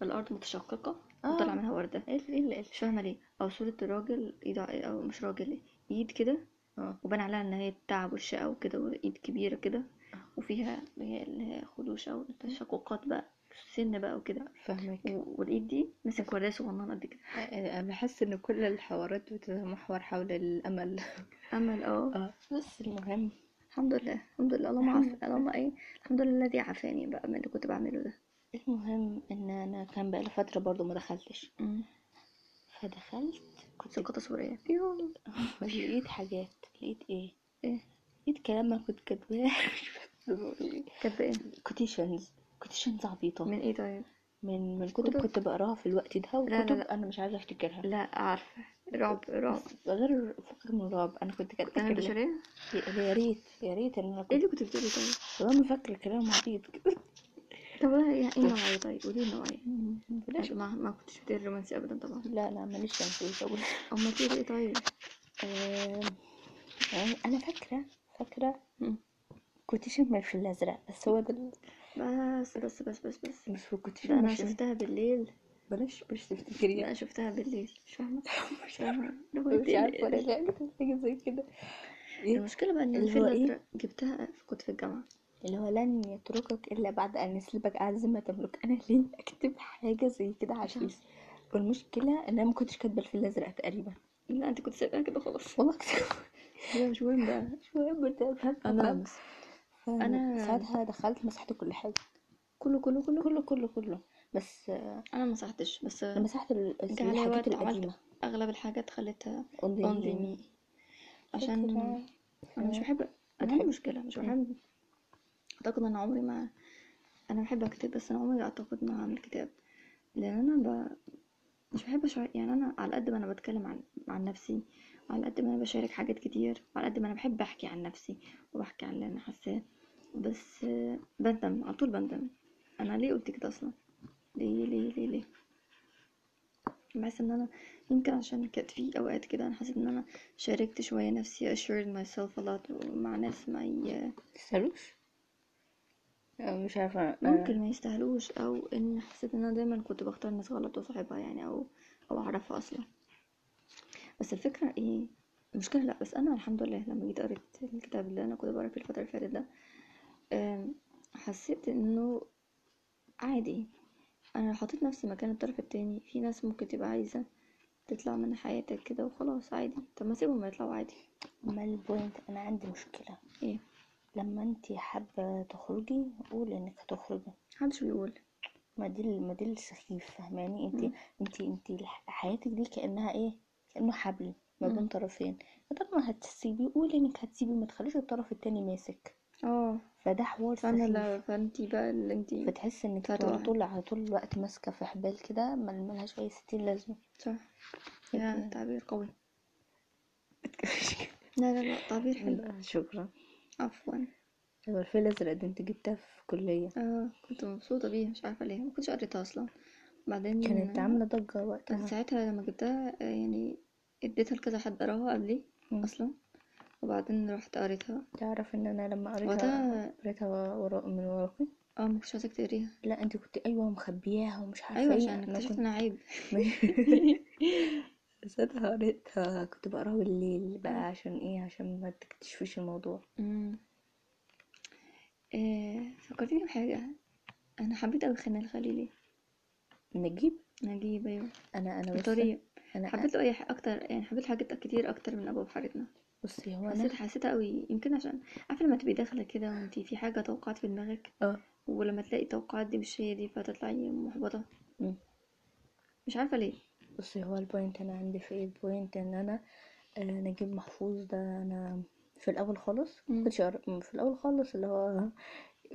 Speaker 2: الأرض متشققة
Speaker 1: آه.
Speaker 2: وطلع منها وردة
Speaker 1: ايه ال- ايه ال- إيه ال-
Speaker 2: مش فاهمة ليه أو صورة راجل ايد ع- أو مش راجل ايد كده
Speaker 1: اه
Speaker 2: وبان عليها ان هي التعب والشقة وكده وايد كبيرة كده
Speaker 1: آه.
Speaker 2: وفيها هي اللي هي خدوش او تشققات بقى سن بقى وكده
Speaker 1: فاهمك
Speaker 2: و- والايد دي مسك ورايا صغننة قد كده
Speaker 1: انا بحس ان كل الحوارات بتتمحور حول [LAUGHS] الامل
Speaker 2: امل اه
Speaker 1: اه بس المهم
Speaker 2: الحمد لله الحمد لله اللهم
Speaker 1: الحمد
Speaker 2: عافاني اللهم ايه الحمد لله الذي عافاني بقى من اللي كنت بعمله ده
Speaker 1: المهم ان انا كان بقالي فتره برضو ما دخلتش فدخلت كنت [LAUGHS]
Speaker 2: سقطة صورية
Speaker 1: بيو- لقيت حاجات لقيت ايه
Speaker 2: ايه
Speaker 1: لقيت كلام ما كنت كاتباه [LAUGHS]
Speaker 2: كانت ايه
Speaker 1: كوتيشنز كوتيشنز عبيطه
Speaker 2: من ايه طيب
Speaker 1: من من كتب
Speaker 2: كتب؟
Speaker 1: كنت بقراها في الوقت ده
Speaker 2: لا،
Speaker 1: وكتب
Speaker 2: لا.
Speaker 1: انا مش عايزه افتكرها
Speaker 2: لا عارفة رعب رعب
Speaker 1: بس غير فكك من الرعب انا كنت كاتبه
Speaker 2: انا
Speaker 1: كلام-
Speaker 2: بشرية
Speaker 1: يا ريت يا ريت ان انا
Speaker 2: ايه
Speaker 1: كنت
Speaker 2: اللي كنت بتقولي طيب
Speaker 1: والله ما فاكره كلام عبيط [LAUGHS] كده
Speaker 2: طب ايه إيه النوعية طيب قولي النوعية
Speaker 1: بلاش
Speaker 2: ما ما كنتش بتقري رومانسي ابدا طبعا
Speaker 1: لا لا ماليش انا في الجو
Speaker 2: امال بتقري ايه طيب
Speaker 1: آم، يعني انا فاكره فاكره
Speaker 2: مم.
Speaker 1: كوتيشن من الفيل الازرق بس هو ده ال-
Speaker 2: بس بس بس بس بس
Speaker 1: مش هو كوتيشن
Speaker 2: ده انا
Speaker 1: مش
Speaker 2: شفتها بالليل
Speaker 1: بلاش بلاش
Speaker 2: لا
Speaker 1: تفتكري
Speaker 2: شفتها بالليل مش فاهمة
Speaker 1: [LAUGHS]
Speaker 2: مش فاهمة
Speaker 1: مش عارفه ولا لا حاجه زي كده إيه؟
Speaker 2: المشكلة بقى ان
Speaker 1: اللي
Speaker 2: الفيل
Speaker 1: هو إيه؟
Speaker 2: الازرق جبتها كنت في الجامعة
Speaker 1: اللي هو لن يتركك إلا بعد أن يسلبك أعز ما تملك أنا ليه أكتب حاجة زي كده عشيش والمشكلة إن أنا ما كنتش كاتبة الفيل الأزرق تقريبا
Speaker 2: لا انت كنت سايبها كده
Speaker 1: [LAUGHS]
Speaker 2: خلاص
Speaker 1: والله كنت
Speaker 2: هي مش مهم بقى
Speaker 1: مش مهم أنت فاهم فاهم.
Speaker 2: انونيمس أنا-
Speaker 1: ساعتها دخلت مسحت كل حاجة
Speaker 2: كله كله كله
Speaker 1: كله كله كله بس آه،
Speaker 2: انا ما مسحتش بس
Speaker 1: أنا مسحت ال-
Speaker 2: جه عليا
Speaker 1: الحاجات
Speaker 2: وقت عملت
Speaker 1: القديمة
Speaker 2: اغلب الحاجات خليتها
Speaker 1: أونلي
Speaker 2: اونلي
Speaker 1: مي.
Speaker 2: مي عشان
Speaker 1: فكرة.
Speaker 2: انا مش
Speaker 1: فاهمة؟
Speaker 2: بحب انا
Speaker 1: بحب-
Speaker 2: عندي مشكلة مش بحب اعتقد ان عمري ما انا بحب اكتب بس انا عمري اعتقد ما هعمل كتاب لان انا ب... مش بحب أشار... يعني انا على قد ما انا بتكلم عن عن نفسي وعلى قد ما انا بشارك حاجات كتير وعلى قد ما انا بحب احكي عن نفسي وبحكي عن اللي انا حاساه بس آه، بندم على طول بندم انا ليه قلت كده اصلا ليه ليه ليه ليه بحس ان انا يمكن عشان كانت في اوقات كده انا حسيت ان انا شاركت شويه نفسي assured myself a lot مع ناس ما ي...
Speaker 1: تسألوش آه، مش عارفة آه،
Speaker 2: ممكن ما يستاهلوش او ان حسيت ان انا دايما كنت بختار ناس غلط وصاحبها يعني او او اعرفها اصلا بس الفكره ايه المشكله لا بس انا الحمد لله لما جيت قريت الكتاب اللي انا كنت بقرا فيه الفتره اللي فاتت ده أم، حسيت انه عادي انا لو حطيت نفسي مكان الطرف التاني في ناس ممكن تبقى عايزه تطلع من حياتك كده وخلاص عادي طب ما سيبهم يطلعوا عادي
Speaker 1: ما البوينت أنا عندي مشكلة
Speaker 2: ايه
Speaker 1: لما أنتي حابة تخرجي قولي إنك هتخرجي
Speaker 2: محدش بيقول
Speaker 1: ما دي ما دي السخيف فاهماني انت
Speaker 2: مم.
Speaker 1: انت انت حياتك دي كانها ايه كانه حبل ما بين
Speaker 2: مم.
Speaker 1: طرفين فطالما هتسيبي قولي انك هتسيبي ما تخليش الطرف التاني ماسك
Speaker 2: اه
Speaker 1: فده حوار
Speaker 2: فانا
Speaker 1: سخيف
Speaker 2: لا فانتي بقى اللي انتي
Speaker 1: بتحس انك
Speaker 2: فتوى.
Speaker 1: طول طول على طول الوقت ماسكه في حبال كده مل- ملهاش اي ستين لازمه
Speaker 2: صح يا
Speaker 1: أوكي.
Speaker 2: تعبير قوي لا لا لا تعبير حلو
Speaker 1: [LAUGHS] لا، شكرا
Speaker 2: عفوا
Speaker 1: هو الفيل الازرق ده انت جبتها في كليه
Speaker 2: اه كنت مبسوطة بيها مش عارفة ليه ما كنتش قريتها اصلا بعدين آه،
Speaker 1: كانت آه. عامله ضجه
Speaker 2: كان
Speaker 1: وقتها
Speaker 2: ساعتها لما جبتها آه، يعني اديتها لكذا حد قراها قبلي
Speaker 1: مم.
Speaker 2: اصلا وبعدين رحت قريتها
Speaker 1: تعرف ان انا لما قريتها
Speaker 2: وقتها
Speaker 1: قريتها ورا من وراكي
Speaker 2: اه ما كنتش عايزاك تقريها
Speaker 1: لا انت كنت ايوه مخبياها ومش عارفه
Speaker 2: ايوه
Speaker 1: ايه
Speaker 2: عشان
Speaker 1: انا
Speaker 2: اكتشفت
Speaker 1: كنت
Speaker 2: انها عيب
Speaker 1: [LAUGHS] بس انا قريتها كنت بقراها بالليل بقى
Speaker 2: مم.
Speaker 1: عشان ايه عشان ما تكتشفيش الموضوع
Speaker 2: مم. آه فكرتني بحاجة انا حبيت اوي خان الخليلي
Speaker 1: نجيب
Speaker 2: نجيب ايوه
Speaker 1: انا انا بصي
Speaker 2: الطريق
Speaker 1: انا
Speaker 2: حبيت له اي ح- اكتر يعني حبيت حاجات كتير اكتر من ابو بحارتنا
Speaker 1: بصي هو
Speaker 2: حسيت
Speaker 1: انا
Speaker 2: حسيتها قوي يمكن عشان عارفه لما تبقي داخله كده وانتي في حاجه توقعت في دماغك
Speaker 1: اه
Speaker 2: ولما تلاقي التوقعات دي مش هي دي فتطلعي محبطه
Speaker 1: مم.
Speaker 2: مش عارفه ليه
Speaker 1: بصي هو البوينت انا عندي في ايه البوينت ان انا آه، نجيب محفوظ ده انا في الاول خالص
Speaker 2: مم.
Speaker 1: كنتش أقر- في الاول خالص اللي هو ما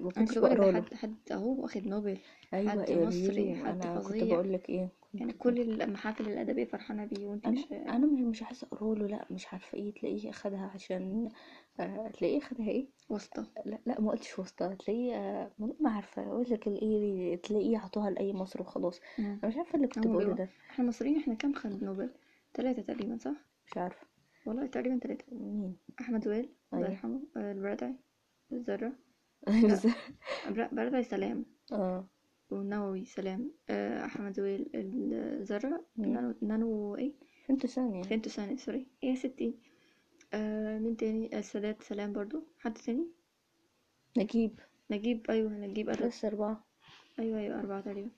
Speaker 2: انا
Speaker 1: كنتش
Speaker 2: خلي بالك ده
Speaker 1: بقرا له
Speaker 2: حد حد اهو واخد نوبل
Speaker 1: ايوه
Speaker 2: حد
Speaker 1: إيه،
Speaker 2: مصري
Speaker 1: ريو
Speaker 2: حد
Speaker 1: انا كنت
Speaker 2: فظيع
Speaker 1: بقول لك ايه
Speaker 2: يعني
Speaker 1: كنت
Speaker 2: كل المحافل الادبيه فرحانه بيه وانتي
Speaker 1: انا
Speaker 2: مش
Speaker 1: انا مش مش عايزه اقرا له لا مش عارفه ايه تلاقيه اخدها عشان آه، تلاقيه اخدها ايه
Speaker 2: واسطه
Speaker 1: لا لا ما قلتش واسطة تلاقيه آه، ما ما عارفة اقول لك الايه تلاقيه عطوها لأي مصر وخلاص
Speaker 2: مم.
Speaker 1: انا مش عارفة اللي كنت
Speaker 2: هو
Speaker 1: بقوله
Speaker 2: بيقول
Speaker 1: ده
Speaker 2: احنا المصريين احنا كام خد نوبل ثلاثه تقريبا صح
Speaker 1: مش عارفة
Speaker 2: والله تقريبا ثلاثه
Speaker 1: مين
Speaker 2: احمد وائل الله
Speaker 1: أيوة.
Speaker 2: يرحمه آه، البرادعي الزرع
Speaker 1: بس- [LAUGHS]
Speaker 2: البرادعي سلام
Speaker 1: اه
Speaker 2: والنووي سلام آه، احمد وائل الزرع
Speaker 1: مم.
Speaker 2: نانو نانو ايه
Speaker 1: انتوا ثانية
Speaker 2: فين سوري سوري ايه يا ستي آه مين تاني السادات سلام برضو حد تاني
Speaker 1: نجيب
Speaker 2: نجيب ايوه نجيب قرب
Speaker 1: بس أربعة
Speaker 2: ايوه ايوه اربعة تقريبا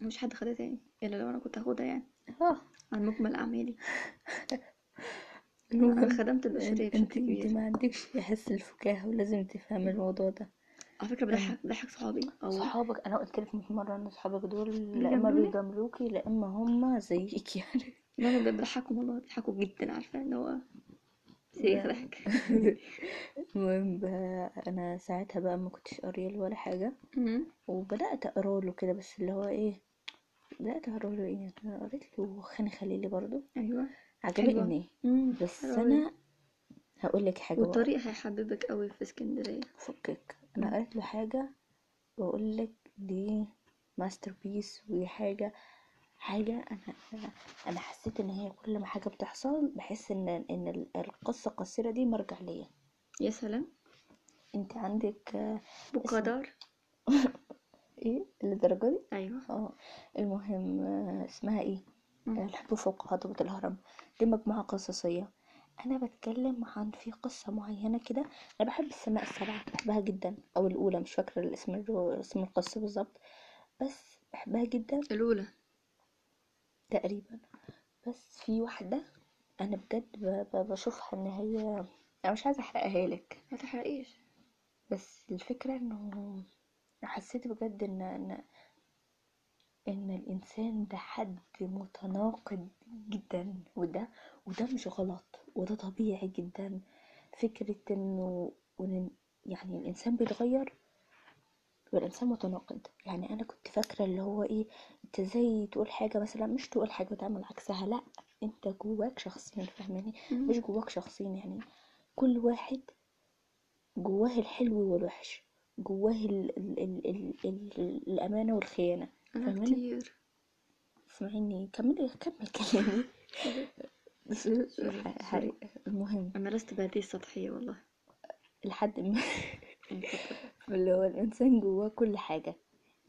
Speaker 2: مش حد خدها تاني الا لو انا كنت هاخدها يعني
Speaker 1: اه
Speaker 2: عن مجمل اعمالي انا
Speaker 1: [LAUGHS] المهم
Speaker 2: خدمت البشرية
Speaker 1: انت
Speaker 2: بشكل
Speaker 1: انت
Speaker 2: كبير
Speaker 1: ما عندكش حس الفكاهة ولازم تفهم الموضوع ده
Speaker 2: على فكرة
Speaker 1: أيوه.
Speaker 2: بضحك بضحك صحابي او
Speaker 1: صحابك انا قلت لك من مرة ان صحابك دول لا اما
Speaker 2: بيجاملوني؟
Speaker 1: بيجاملوكي لا اما هما زيك يعني
Speaker 2: لا انا بجد بضحكهم والله بضحكوا جدا عارفة اللي هو سيخ
Speaker 1: لا. [LAUGHS]
Speaker 2: ضحك
Speaker 1: [LAUGHS] المهم بقى، انا ساعتها بقى ما كنتش قارية له ولا حاجة
Speaker 2: مم.
Speaker 1: وبدأت أقرأ له كده بس اللي هو إيه بدأت أقرأ له إيه أنا قريت له خان خليلي برضو
Speaker 2: ايوه حلوة
Speaker 1: عجبني
Speaker 2: مم،
Speaker 1: بس
Speaker 2: حلوة أوي.
Speaker 1: أنا هقول لك حاجة بقى
Speaker 2: والطريق هيحببك قوي في اسكندرية
Speaker 1: فكك أنا
Speaker 2: مم.
Speaker 1: قريت له حاجة وأقول لك دي ماستر بيس وحاجة حاجة أنا أنا حسيت إن هي كل ما حاجة بتحصل بحس إن إن ال- القصة القصيرة دي مرجع ليا
Speaker 2: يا سلام
Speaker 1: أنت عندك آه، اسم-
Speaker 2: بقدر
Speaker 1: ايه للدرجه دي
Speaker 2: ايوه
Speaker 1: اه المهم آه، اسمها ايه
Speaker 2: مم.
Speaker 1: آه، الحب فوق هضبة الهرم دي مجموعة قصصية أنا بتكلم عن في قصة معينة كده أنا بحب السماء السبعة بحبها جدا أو الأولى مش فاكرة الاسم الرو... اسم القصة بالظبط بس بحبها جدا
Speaker 2: الاولى
Speaker 1: تقريبا بس في واحدة أنا بجد ب... ب... بشوفها إن هي أنا مش عايزة أحرقها لك
Speaker 2: ما تحرقيش
Speaker 1: بس الفكرة إنه حسيت بجد إن إن ان الانسان ده حد متناقض جدا وده وده مش غلط وده طبيعي جدا فكرة انه ون- يعني الانسان بيتغير والانسان متناقض يعني انا كنت فاكرة اللي هو ايه انت ازاي تقول حاجة مثلا مش تقول حاجة وتعمل عكسها لا انت جواك شخصين فاهماني
Speaker 2: مم.
Speaker 1: مش جواك شخصين يعني كل واحد جواه الحلو والوحش جواه ال ال ال ال ال الامانة والخيانة
Speaker 2: انا
Speaker 1: فاهماني
Speaker 2: كتير
Speaker 1: اسمعيني كملي كمل كلامي
Speaker 2: سوري،
Speaker 1: ح-
Speaker 2: سوري.
Speaker 1: ح- المهم
Speaker 2: مارست بهذه السطحية والله
Speaker 1: لحد ما [LAUGHS]
Speaker 2: يعني اتفضل.
Speaker 1: اللي هو الانسان جواه كل حاجه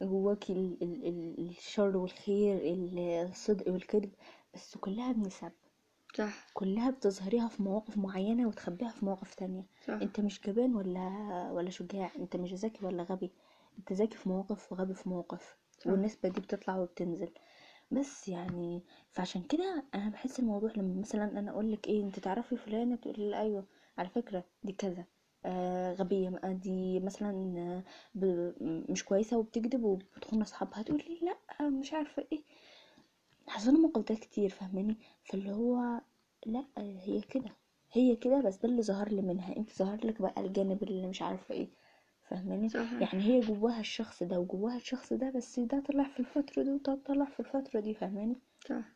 Speaker 1: جواك ال- ال- ال- الشر والخير الصدق والكذب بس كلها بنسب
Speaker 2: صح
Speaker 1: كلها بتظهريها في مواقف معينه وتخبيها في مواقف تانية
Speaker 2: صح
Speaker 1: انت مش جبان ولا ولا شجاع انت مش ذكي ولا غبي انت ذكي في مواقف وغبي في مواقف
Speaker 2: صح.
Speaker 1: والنسبه دي بتطلع وبتنزل بس يعني فعشان كده انا بحس الموضوع لما مثلا انا اقول لك ايه انت تعرفي فلانه تقولي لي ايوه على فكره دي كذا آه غبيه بقى دي مثلا آه، ب... مش كويسه وبتكذب وبتخون اصحابها تقول لي لا آه، مش عارفه ايه حصل موقف ده كتير فاهماني فاللي هو لا آه، هي كده هي كده بس ده اللي ظهر لي منها انت ظهر لك بقى الجانب اللي مش عارفه ايه فاهماني
Speaker 2: صح
Speaker 1: يعني هي جواها الشخص ده وجواها الشخص ده بس ده طلع في الفتره دي وده طلع في الفتره دي فاهماني
Speaker 2: صح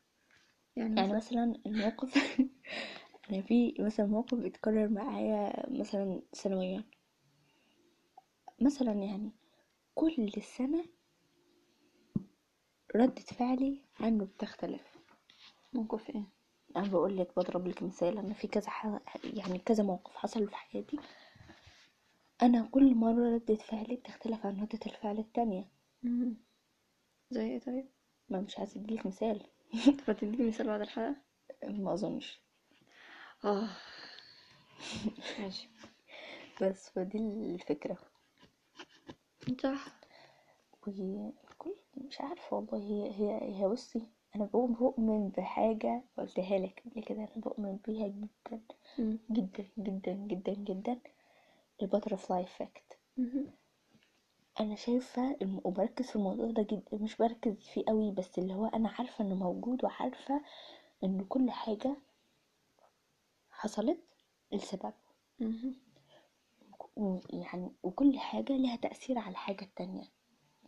Speaker 2: يعني
Speaker 1: يعني
Speaker 2: مثلا
Speaker 1: مثلا الموقف [LAUGHS] انا في مثلا موقف بيتكرر معايا مثلا سنويا مثلا يعني كل سنة ردة فعلي عنه بتختلف
Speaker 2: موقف ايه
Speaker 1: انا بقول لك بضرب لك مثال انا في كذا ح... يعني كذا موقف حصل في حياتي انا كل مرة ردة فعلي بتختلف عن ردة الفعل التانية
Speaker 2: مم. زي ايه طيب
Speaker 1: ما مش عايزة اديلك مثال
Speaker 2: طب هتديني مثال بعد الحلقة
Speaker 1: ما اظنش
Speaker 2: اه [LAUGHS] ماشي
Speaker 1: بس فدي الفكرة
Speaker 2: صح
Speaker 1: وكل مش عارفة والله هي هي هي بصي أنا بقوم بؤمن بحاجة قلتها لك قبل كده أنا بؤمن بيها جدا
Speaker 2: مم.
Speaker 1: جدا جدا جدا جدا الباترفلاي افكت
Speaker 2: مهم.
Speaker 1: أنا شايفة الم- وبركز في الموضوع ده جدا مش بركز فيه قوي بس اللي هو أنا عارفة إنه موجود وعارفة إن كل حاجة حصلت لسبب
Speaker 2: مهم.
Speaker 1: ويعني وكل حاجة لها تأثير على الحاجة التانية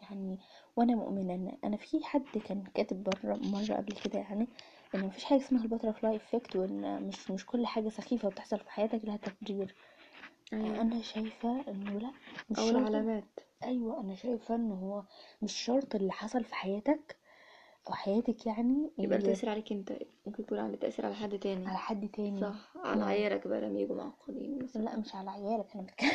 Speaker 1: يعني وانا مؤمنه ان انا في حد كان كاتب بره مره قبل كده يعني ان مفيش حاجه اسمها الباترفلاي افكت وان مش مش كل حاجه سخيفه بتحصل في حياتك لها تقدير
Speaker 2: ايوه
Speaker 1: انا شايفه انه لا مش
Speaker 2: او
Speaker 1: شرط
Speaker 2: العلامات
Speaker 1: ايوه انا شايفه ان هو مش شرط اللي حصل في حياتك او حياتك يعني
Speaker 2: يبقى
Speaker 1: ي-
Speaker 2: التأثير عليك انت ممكن يكون على تأثير على حد تاني
Speaker 1: على حد تاني
Speaker 2: صح على
Speaker 1: يعني
Speaker 2: عيالك بقى لما يجوا معقدين مثلا [LAUGHS]
Speaker 1: لا مش على عيالك انا بتكلم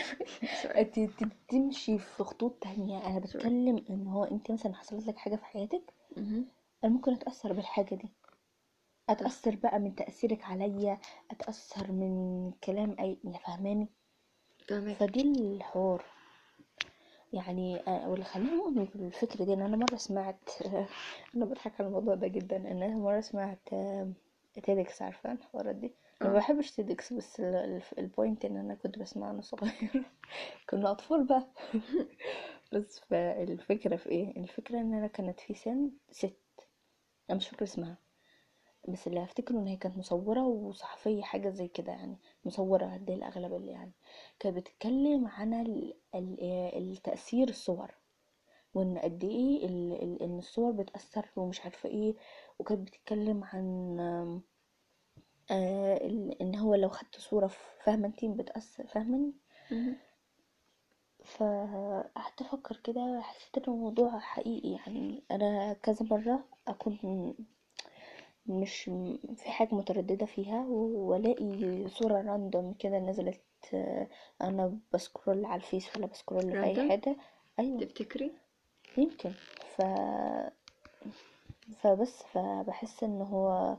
Speaker 2: سوري
Speaker 1: انت أنت بتمشي في خطوط تانية انا
Speaker 2: سوري.
Speaker 1: بتكلم ان هو انت مثلا حصلت لك حاجه في حياتك
Speaker 2: مهم.
Speaker 1: انا ممكن اتاثر بالحاجه دي اتاثر بقى من تاثيرك عليا اتاثر من كلام اي يا فهماني
Speaker 2: فاهمك
Speaker 1: فدي الحوار يعني آه، واللي خلاني اؤمن بالفكره دي ان انا مره سمعت [LAUGHS] انا بضحك على الموضوع ده جدا ان انا مره سمعت آه، تيدكس عارفه الحوارات دي انا ما
Speaker 2: اه
Speaker 1: بحبش تيدكس بس ال- ال- البوينت ان انا كنت بسمعها وانا صغيره [LAUGHS] كنا اطفال بقى [LAUGHS] بس فالفكره في ايه الفكره ان انا كانت في سن ست انا مش فاكره اسمها بس اللي هفتكره ان هي كانت مصورة وصحفية حاجة زي كده يعني مصورة دي الأغلب اللي يعني كانت بتتكلم عن ال- ال- التأثير الصور وان قد ايه ال- ال- ان الصور بتأثر ومش عارفة ايه وكانت بتتكلم عن آم، آه، ال- ان هو لو خدت صورة ف- فاهمة انتي بتأثر فاهماني
Speaker 2: مهم.
Speaker 1: فقعدت افكر كده حسيت ان الموضوع حقيقي يعني انا كذا مرة اكون مش م- في حاجة مترددة فيها و- والاقي صورة راندوم كده نزلت آه، انا بسكرول على الفيس ولا بسكرول في اي
Speaker 2: راندوم
Speaker 1: حاجة ايوه
Speaker 2: تفتكري
Speaker 1: يمكن ف فبس فبحس ان هو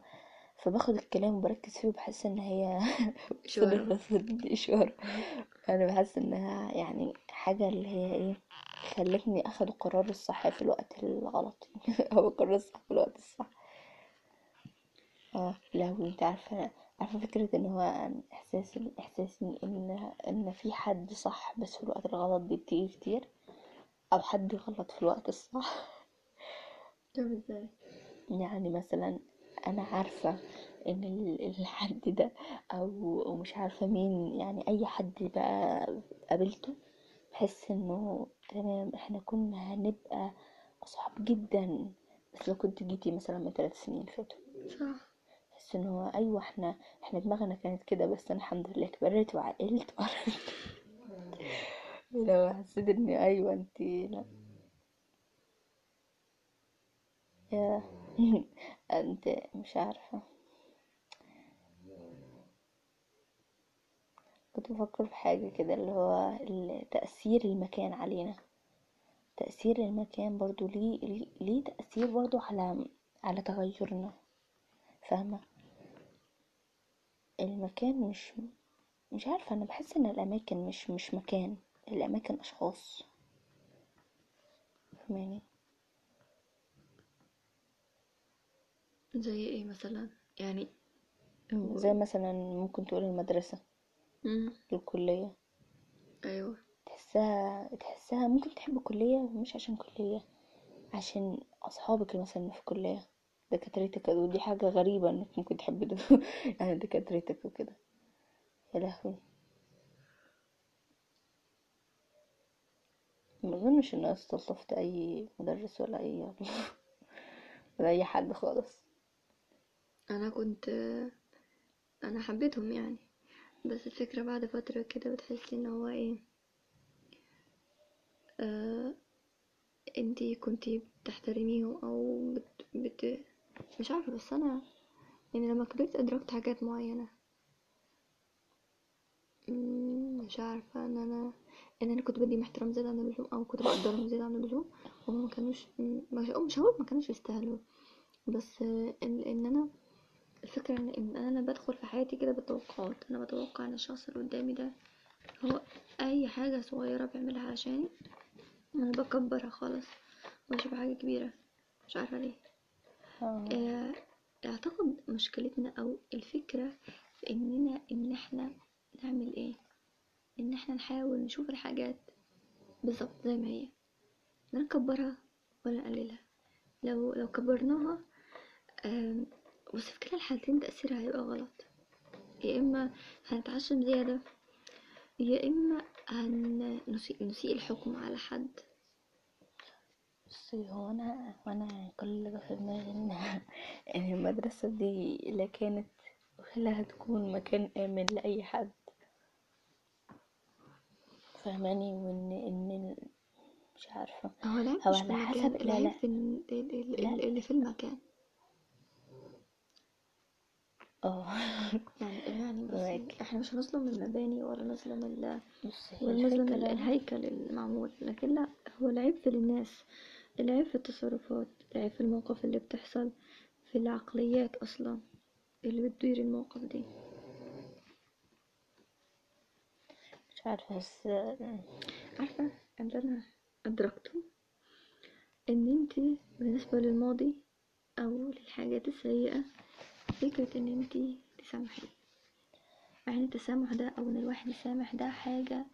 Speaker 1: فباخد الكلام وبركز فيه وبحس ان هي
Speaker 2: شوارع.
Speaker 1: بس الاشاره انا بحس انها يعني حاجه اللي هي ايه خلتني اخد القرار الصح في الوقت الغلط [LAUGHS] او القرار الصح في الوقت الصح اه لا انت عارفه عارفه فكره ان هو احساس احساسي ان ان في حد صح بس في الوقت الغلط دي بتيجي كتير او حد غلط في الوقت الصح
Speaker 2: طب ازاي
Speaker 1: يعني مثلا انا عارفه ان ال- الحد ده او أو مش عارفه مين يعني اي حد بقى قابلته بحس انه تمام احنا كنا هنبقى اصحاب جدا بس لو كنت جيتي مثلا من ثلاث سنين فاتوا
Speaker 2: صح
Speaker 1: بحس ان هو ايوه احنا احنا دماغنا كانت كده بس انا الحمد لله كبرت وعقلت [LAUGHS] وعرفت لو حسيت ان ايوه انت لا يا [LAUGHS] انت مش عارفه كنت بفكر في حاجة كده اللي هو ال- تأثير المكان علينا تأثير المكان برضو ليه ليه- ليه تأثير برضو على على تغيرنا فاهمة المكان مش مش عارفة أنا بحس إن الأماكن مش مش مكان الأماكن أشخاص فاهماني
Speaker 2: زي ايه مثلا يعني
Speaker 1: مم، زي مثلا ممكن تقول المدرسة
Speaker 2: امم
Speaker 1: الكلية
Speaker 2: ايوه
Speaker 1: تحسها تحسها ممكن تحب الكلية مش عشان كلية عشان أصحابك مثلا في الكلية دكاترتك ودي حاجة غريبة إنك ممكن تحب [LAUGHS] دو- يعني دكاترتك وكده يا لهوي ما أظنش إن أنا استلطفت أي مدرس ولا أي [LAUGHS] ولا أي حد خالص
Speaker 2: انا كنت انا حبيتهم يعني بس الفكرة بعد فترة كده بتحسي ان هو ايه آه انتي كنتي بتحترميهم او بت... بت... مش عارفة بس انا يعني لما كبرت ادركت حاجات معينة مم، مش عارفة ان انا ان انا كنت بديهم احترام زيادة عن اللزوم او كنت بقدرهم زيادة عن اللزوم وهم ما كانوش مم، مش أو مش هقول ما كانوش يستاهلوا بس آه، ان إن انا الفكرة ان إن انا بدخل في حياتي كده بالتوقعات انا بتوقع ان الشخص اللي قدامي ده هو اي حاجة صغيرة بيعملها عشاني انا بكبرها خالص مش بحاجة كبيرة مش عارفة ليه
Speaker 1: آه.
Speaker 2: آه، اعتقد مشكلتنا او الفكرة في اننا ان احنا نعمل ايه ان احنا نحاول نشوف الحاجات بالظبط زي ما هي لا نكبرها ولا نقللها لو لو كبرناها آم، بس في كلا الحالتين تأثيرها هيبقى غلط يا إما هنتعشم زيادة يا إما هنسيء نسيء الحكم على حد
Speaker 1: بصي هو أنا وأنا كل اللي جه في دماغي إن [LAUGHS] إن المدرسة دي لا كانت ولا هتكون مكان آمن لأي حد فاهماني وإن إن ال- مش عارفة
Speaker 2: هو العيب
Speaker 1: هو
Speaker 2: مش في
Speaker 1: على حسب
Speaker 2: المكان
Speaker 1: لا
Speaker 2: العيب
Speaker 1: لا
Speaker 2: في ال- ال- ال-
Speaker 1: لا
Speaker 2: ال- اللي في المكان
Speaker 1: اه [LAUGHS]
Speaker 2: يعني يعني بس
Speaker 1: معاك
Speaker 2: احنا مش هنظلم المباني ولا نظلم ال
Speaker 1: بصي هي
Speaker 2: ولا نظلم ال-
Speaker 1: الفكرة
Speaker 2: الهيكل المعمول لكن لا هو العيب في الناس العيب في التصرفات العيب في المواقف اللي بتحصل في العقليات أصلا اللي بتدير المواقف دي
Speaker 1: مش عارفة بس
Speaker 2: عارفة إن أنا أدركته إن انتي بالنسبة للماضي أو للحاجات السيئة فكرة إن انتي تسامحي مع إن التسامح ده أو إن الواحد يسامح ده حاجة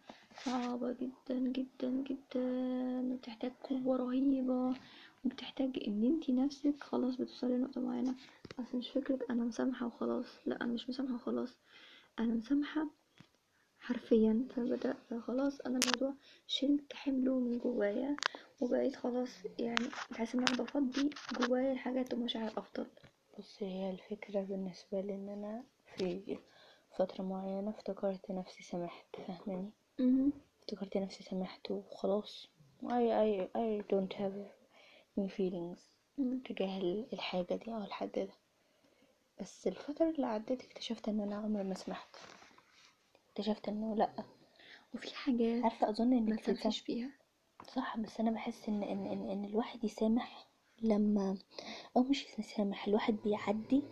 Speaker 2: صعبة جدا جدا جدا بتحتاج قوة رهيبة وبتحتاج إن انتي نفسك خلاص بتوصلي لنقطة معينة أصل مش فكرة أنا مسامحة وخلاص لأ أنا مش مسامحة وخلاص أنا مسامحة حرفيا فبدأ خلاص انا الموضوع شلت حمله من جوايا وبقيت خلاص يعني بحس ان انا بفضي جوايا الحاجات ومشاعر افضل
Speaker 1: بصي هي الفكرة بالنسبة لي ان انا في فترة معينة افتكرت نفسي سامحت فاهماني
Speaker 2: مهم.
Speaker 1: افتكرت نفسي سامحت وخلاص I I I don't have any feelings
Speaker 2: مم.
Speaker 1: تجاه ال- الحاجة دي او الحد ده بس الفترة اللي عدت اكتشفت ان انا عمري ما سمحت اكتشفت انه لأ
Speaker 2: وفي حاجات
Speaker 1: عارفة اظن
Speaker 2: ما
Speaker 1: انك تتسامح
Speaker 2: تسامحيش فيها
Speaker 1: صح بس انا بحس ان ان ان, إن الواحد يسامح لما او مش يسامح الواحد بيعدي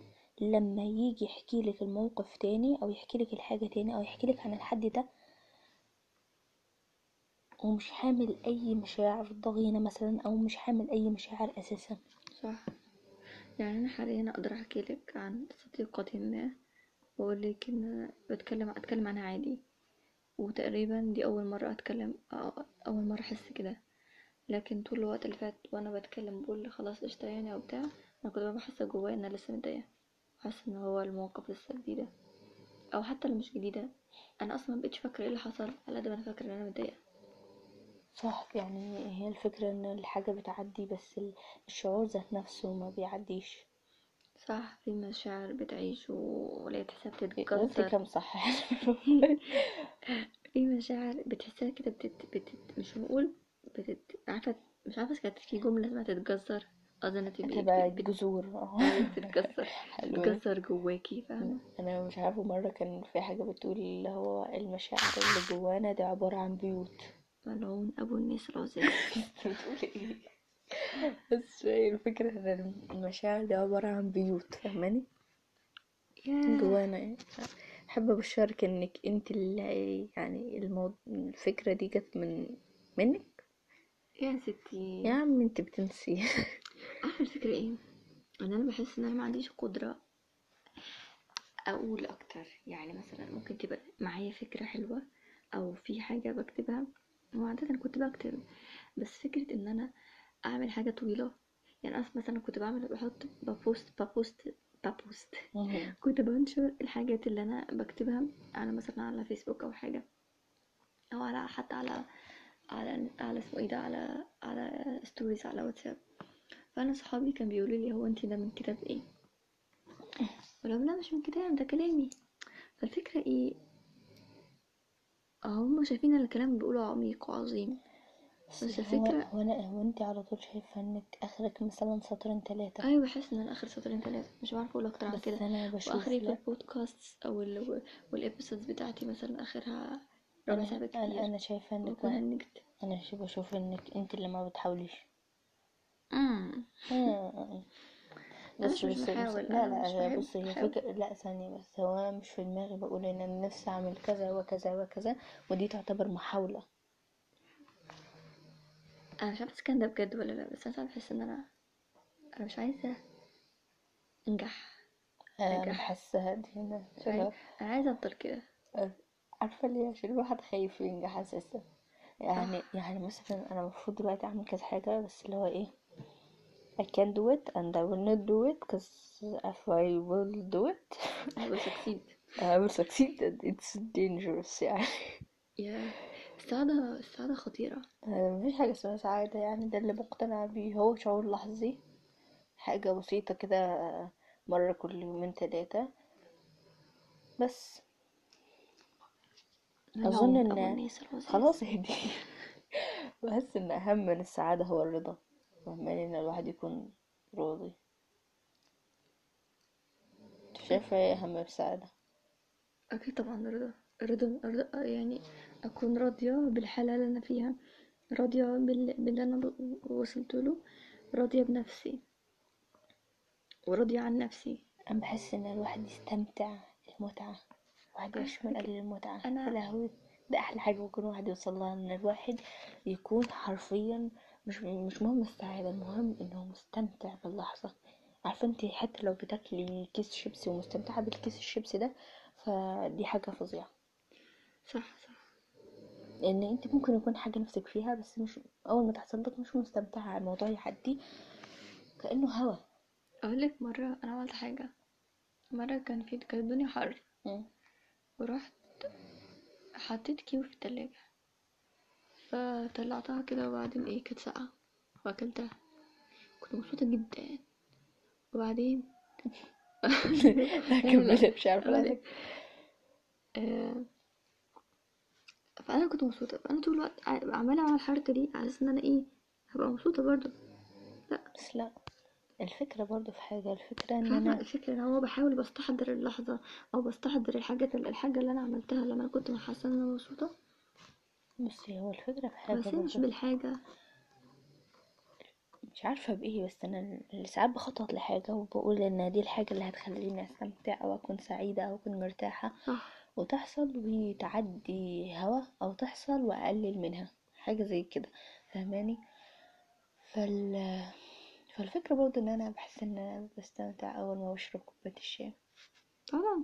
Speaker 1: لما يجي يحكي لك الموقف تاني او يحكي لك الحاجه تاني او يحكي لك عن الحد ده ومش حامل اي مشاعر ضغينه مثلا او مش حامل اي مشاعر اساسا
Speaker 2: صح يعني انا حاليا اقدر احكي لك عن صديقة ما واقول لك ان أنا بتكلم اتكلم عنها عادي وتقريبا دي اول مرة اتكلم أو- اول مرة احس كده لكن طول الوقت اللي فات وانا بتكلم بقول خلاص قشطة يعني او بتاع انا كنت ببقى حاسة جوايا ان انا لسه متضايقة حاسة ان هو الموقف لسه جديدة او حتى لو مش جديدة انا اصلا مبقتش فاكرة ايه اللي حصل على قد ما انا فاكرة ان انا متضايقة
Speaker 1: صح يعني هي الفكره ان الحاجه بتعدي بس ال- الشعور ذات نفسه ما بيعديش
Speaker 2: صح في مشاعر بتعيش و- ولا تحسها
Speaker 1: وانت
Speaker 2: بتتكسر
Speaker 1: كم صح [LAUGHS]
Speaker 2: في مشاعر بتحسها كده بتت... بتت... مش هنقول بتت... عارفة مش عارفة بس كانت في جملة اسمها تتكسر قصدي انها تبقى بت...
Speaker 1: تبقى
Speaker 2: بت...
Speaker 1: جذور [LAUGHS] اه
Speaker 2: أيوة بتتكسر
Speaker 1: حلوه دي.
Speaker 2: بتتكسر جواكي فاهمة
Speaker 1: انا مش عارفه مره كان في حاجه بتقول اللي هو المشاعر اللي جوانا دي عباره عن بيوت [LAUGHS]
Speaker 2: ملعون أبو الناس العزال
Speaker 1: بتقول ايه بس هي الفكره ان المشاعر دي عباره عن بيوت فاهماني
Speaker 2: ياه
Speaker 1: جوانا يعني حابه ابشرك انك انت اللي يعني الموضوع الفكره دي جت من منك
Speaker 2: يا
Speaker 1: يا
Speaker 2: ستي
Speaker 1: عم انت بتنسي
Speaker 2: عارفة الفكرة ايه ان انا بحس ان انا ما عنديش قدرة اقول اكتر يعني مثلا ممكن تبقى معايا فكرة حلوة او في حاجة بكتبها وعادة كنت بكتب بس فكرة ان انا اعمل حاجة طويلة يعني انا مثلا كنت بعمل بحط ببوست ببوست ببوست كنت بنشر الحاجات اللي انا بكتبها على مثلا على فيسبوك او حاجة او على حتى على على على اسمه ايه ده على على ستوريز على واتساب فانا صحابي كانوا بيقولوا لي هو انت ده من كتاب ايه ولو لا مش من كتاب ده كلامي فالفكرة ايه هم شايفين ان الكلام بيقوله عميق وعظيم
Speaker 1: بس
Speaker 2: بس
Speaker 1: هو
Speaker 2: الفكرة
Speaker 1: هو انا هو انت على طول شايفه انك اخرك مثلا سطرين ثلاثه
Speaker 2: ايوه بحس ان انا اخر سطرين ثلاثة مش بعرف اقول اكتر عن كده
Speaker 1: بس انا بشوف
Speaker 2: واخري في
Speaker 1: لا
Speaker 2: البودكاست او ال... والابيسودز بتاعتي مثلا اخرها ربع
Speaker 1: انا
Speaker 2: ساعة
Speaker 1: انا
Speaker 2: بالكتير
Speaker 1: انا شايفه انك
Speaker 2: واكون
Speaker 1: ما
Speaker 2: هنجت
Speaker 1: انا شو- بشوف انك انت اللي ما بتحاوليش
Speaker 2: امم
Speaker 1: آه.
Speaker 2: انا
Speaker 1: بص
Speaker 2: مش مش
Speaker 1: بص بص
Speaker 2: بحاول
Speaker 1: لا
Speaker 2: انا مش
Speaker 1: لا
Speaker 2: بحب
Speaker 1: بص هي
Speaker 2: احاول
Speaker 1: فكرة لا ثانية بس هو أنا مش في دماغي بقول ان انا نفسي اعمل كذا وكذا وكذا ودي تعتبر محاولة
Speaker 2: انا مش عارفة اذا كان ده بجد ولا لا بس انا ساعات بحس ان انا انا مش عايزة انجح
Speaker 1: آه، انا
Speaker 2: نجاح
Speaker 1: بحسها دي هنا
Speaker 2: مش عايزة انا عايزة افضل كده
Speaker 1: عارفة ليه عشان الواحد خايف ينجح اساسا يعني
Speaker 2: صح
Speaker 1: يعني مثلا انا المفروض دلوقتي اعمل كذا حاجة بس اللي هو ايه I can do it and I will not do it cause if I will do it
Speaker 2: I will succeed
Speaker 1: I will succeed and it's dangerous يعني
Speaker 2: يا السعادة السعادة خطيرة
Speaker 1: آه، مفيش حاجة اسمها سعادة يعني ده اللي مقتنعة بيه هو شعور لحظي حاجة بسيطة كده آه، مرة كل يومين تلاتة بس أظن
Speaker 2: ملعون أبو
Speaker 1: إن
Speaker 2: الناس العزاز
Speaker 1: خلاص هدي [LAUGHS] بحس إن أهم من السعادة هو الرضا فاهماني إن الواحد يكون راضي أنت شايفة إيه أهم من السعادة
Speaker 2: أكيد طبعا رضا رضا رضا يعني أكون راضية بالحالة اللي أنا فيها راضية بال... باللي أنا وصلت له راضية بنفسي وراضية عن نفسي
Speaker 1: أنا بحس إن الواحد يستمتع المتعة الواحد
Speaker 2: على
Speaker 1: يعيش من
Speaker 2: فكرة
Speaker 1: أجل المتعة يا
Speaker 2: أنا
Speaker 1: لهوي ده أحلى حاجة ممكن الواحد يوصل لها إن الواحد يكون حرفيا مش مش مهم السعادة المهم إنه مستمتع باللحظة عارفة انتي حتى لو بتاكلي كيس شيبسي ومستمتعة بالكيس الشيبسي ده فدي حاجة فظيعة
Speaker 2: صح صح
Speaker 1: لأن انتي ممكن يكون حاجة نفسك فيها بس مش أول ما تحصل لك مش مستمتعة الموضوع يعدي كأنه هوا
Speaker 2: أقولك مرة أنا عملت حاجة مرة كان في كانت الدنيا حر
Speaker 1: مم.
Speaker 2: ورحت حطيت كيوي في التلاجة فطلعتها كده وبعدين ايه كانت ساقعة وأكلتها كنت مبسوطة جدا وبعدين
Speaker 1: [LAUGHS] لا
Speaker 2: لا [LAUGHS] لا
Speaker 1: كملي مش عارفة
Speaker 2: وبعدين
Speaker 1: لك
Speaker 2: آه فانا كنت مبسوطه فانا طول الوقت ع- عماله اعمل الحركه دي على اساس ان انا ايه هبقى مبسوطه برضو لا
Speaker 1: بس لا الفكرة برضو في حاجة الفكرة إن
Speaker 2: عارفه
Speaker 1: أنا
Speaker 2: الفكره ان هو بحاول بستحضر اللحظه او بستحضر الحاجات الحاجه اللي انا عملتها لما انا كنت حاسه ان انا مبسوطه
Speaker 1: بصي هو الفكرة في حاجة
Speaker 2: بس هي مش
Speaker 1: برضه
Speaker 2: بالحاجة
Speaker 1: مش عارفة بإيه بس أنا اللي ساعات بخطط لحاجة وبقول إن دي الحاجة اللي هتخليني أستمتع أو أكون سعيدة أو أكون مرتاحة
Speaker 2: صح
Speaker 1: وتحصل وتعدي هوا أو تحصل وأقلل منها حاجة زي كده فاهماني فال فالفكرة برضه إن أنا بحس إن أنا بستمتع أول ما بشرب كوباية الشاي
Speaker 2: طبعا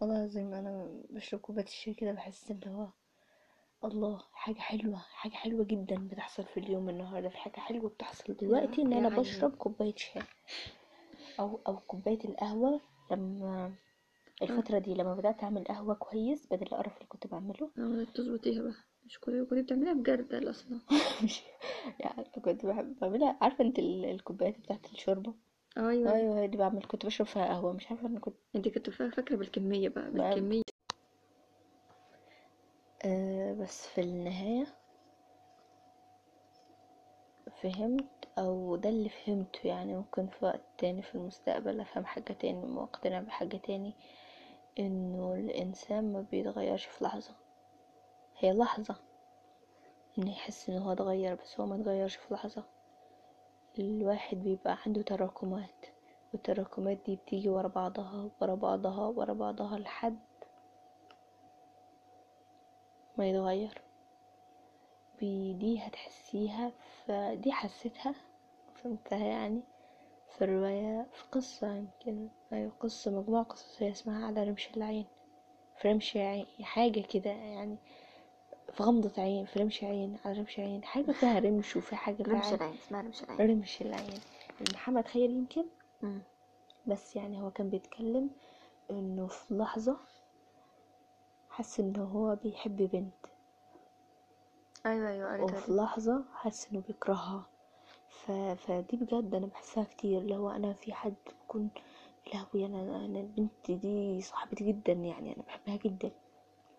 Speaker 1: والله العظيم أنا بشرب كوباية الشاي كده بحس إن هو الله حاجة حلوة حاجة حلوة جدا بتحصل في اليوم النهاردة في حاجة حلوة بتحصل دلوقتي إن
Speaker 2: يا
Speaker 1: أنا
Speaker 2: عيني
Speaker 1: بشرب كوباية شاي أو أو كوباية القهوة لما
Speaker 2: اه
Speaker 1: الفترة دي لما بدأت أعمل قهوة كويس بدل القرف اللي كنت بعمله [LAUGHS]
Speaker 2: لو تظبطيها بقى مش كل كل بتعمليها بجد اصلا
Speaker 1: مش يعني كنت بحب بعملها عارفة انت ال- الكوبايات بتاعت الشوربة
Speaker 2: ايوه
Speaker 1: ايوه هي دي بعمل كنت بشرب فيها قهوة مش عارفة انا كنت
Speaker 2: انت كنت فا- فاكرة بالكمية بقى
Speaker 1: بقى
Speaker 2: بالكمية
Speaker 1: أه بس في النهاية فهمت او ده اللي فهمته يعني ممكن في وقت تاني في المستقبل افهم حاجة تاني واقتنع بحاجة تاني انه الانسان ما بيتغيرش في لحظة هي لحظة ان يحس ان هو اتغير بس هو ما اتغيرش في لحظة الواحد بيبقى عنده تراكمات والتراكمات دي بتيجي ورا بعضها ورا بعضها ورا بعضها لحد ما يتغير بي- دي هتحسيها فدي حسيتها فهمتها يعني في الرواية في قصة يمكن أيوة قصة مجموعة قصصية اسمها على رمش العين في رمش عين حاجة كده يعني في غمضة عين في رمش عين على رمش عين حاجة فيها رمش وفي حاجة فيها
Speaker 2: رمش
Speaker 1: عين
Speaker 2: العين اسمها رمش العين
Speaker 1: رمش العين محمد خير يمكن
Speaker 2: مم.
Speaker 1: بس يعني هو كان بيتكلم انه في لحظة حس ان هو بيحب بنت
Speaker 2: ايوه ايوه قريتها
Speaker 1: وفي
Speaker 2: دي
Speaker 1: لحظة حس انه بيكرهها ف... فدي بجد انا بحسها كتير اللي هو انا في حد بكون لهوي انا انا البنت دي صاحبتي جدا يعني انا بحبها جدا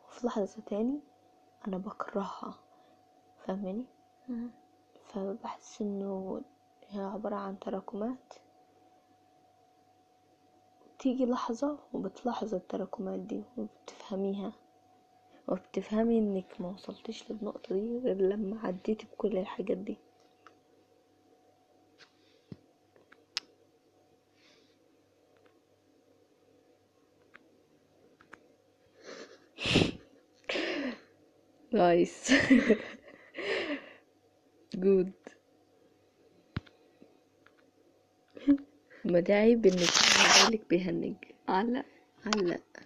Speaker 1: وفي لحظة تاني انا بكرهها فاهماني
Speaker 2: مم.
Speaker 1: فبحس انه هي عبارة عن تراكمات تيجي لحظة وبتلاحظي التراكمات دي وبتفهميها وبتفهمي انك ما وصلتيش للنقطة دي غير لما عديتي بكل الحاجات دي [LAUGHS] نايس [LAUGHS] جود [LAUGHS] ما ده عيب انك بالك بيهنج
Speaker 2: علق
Speaker 1: علق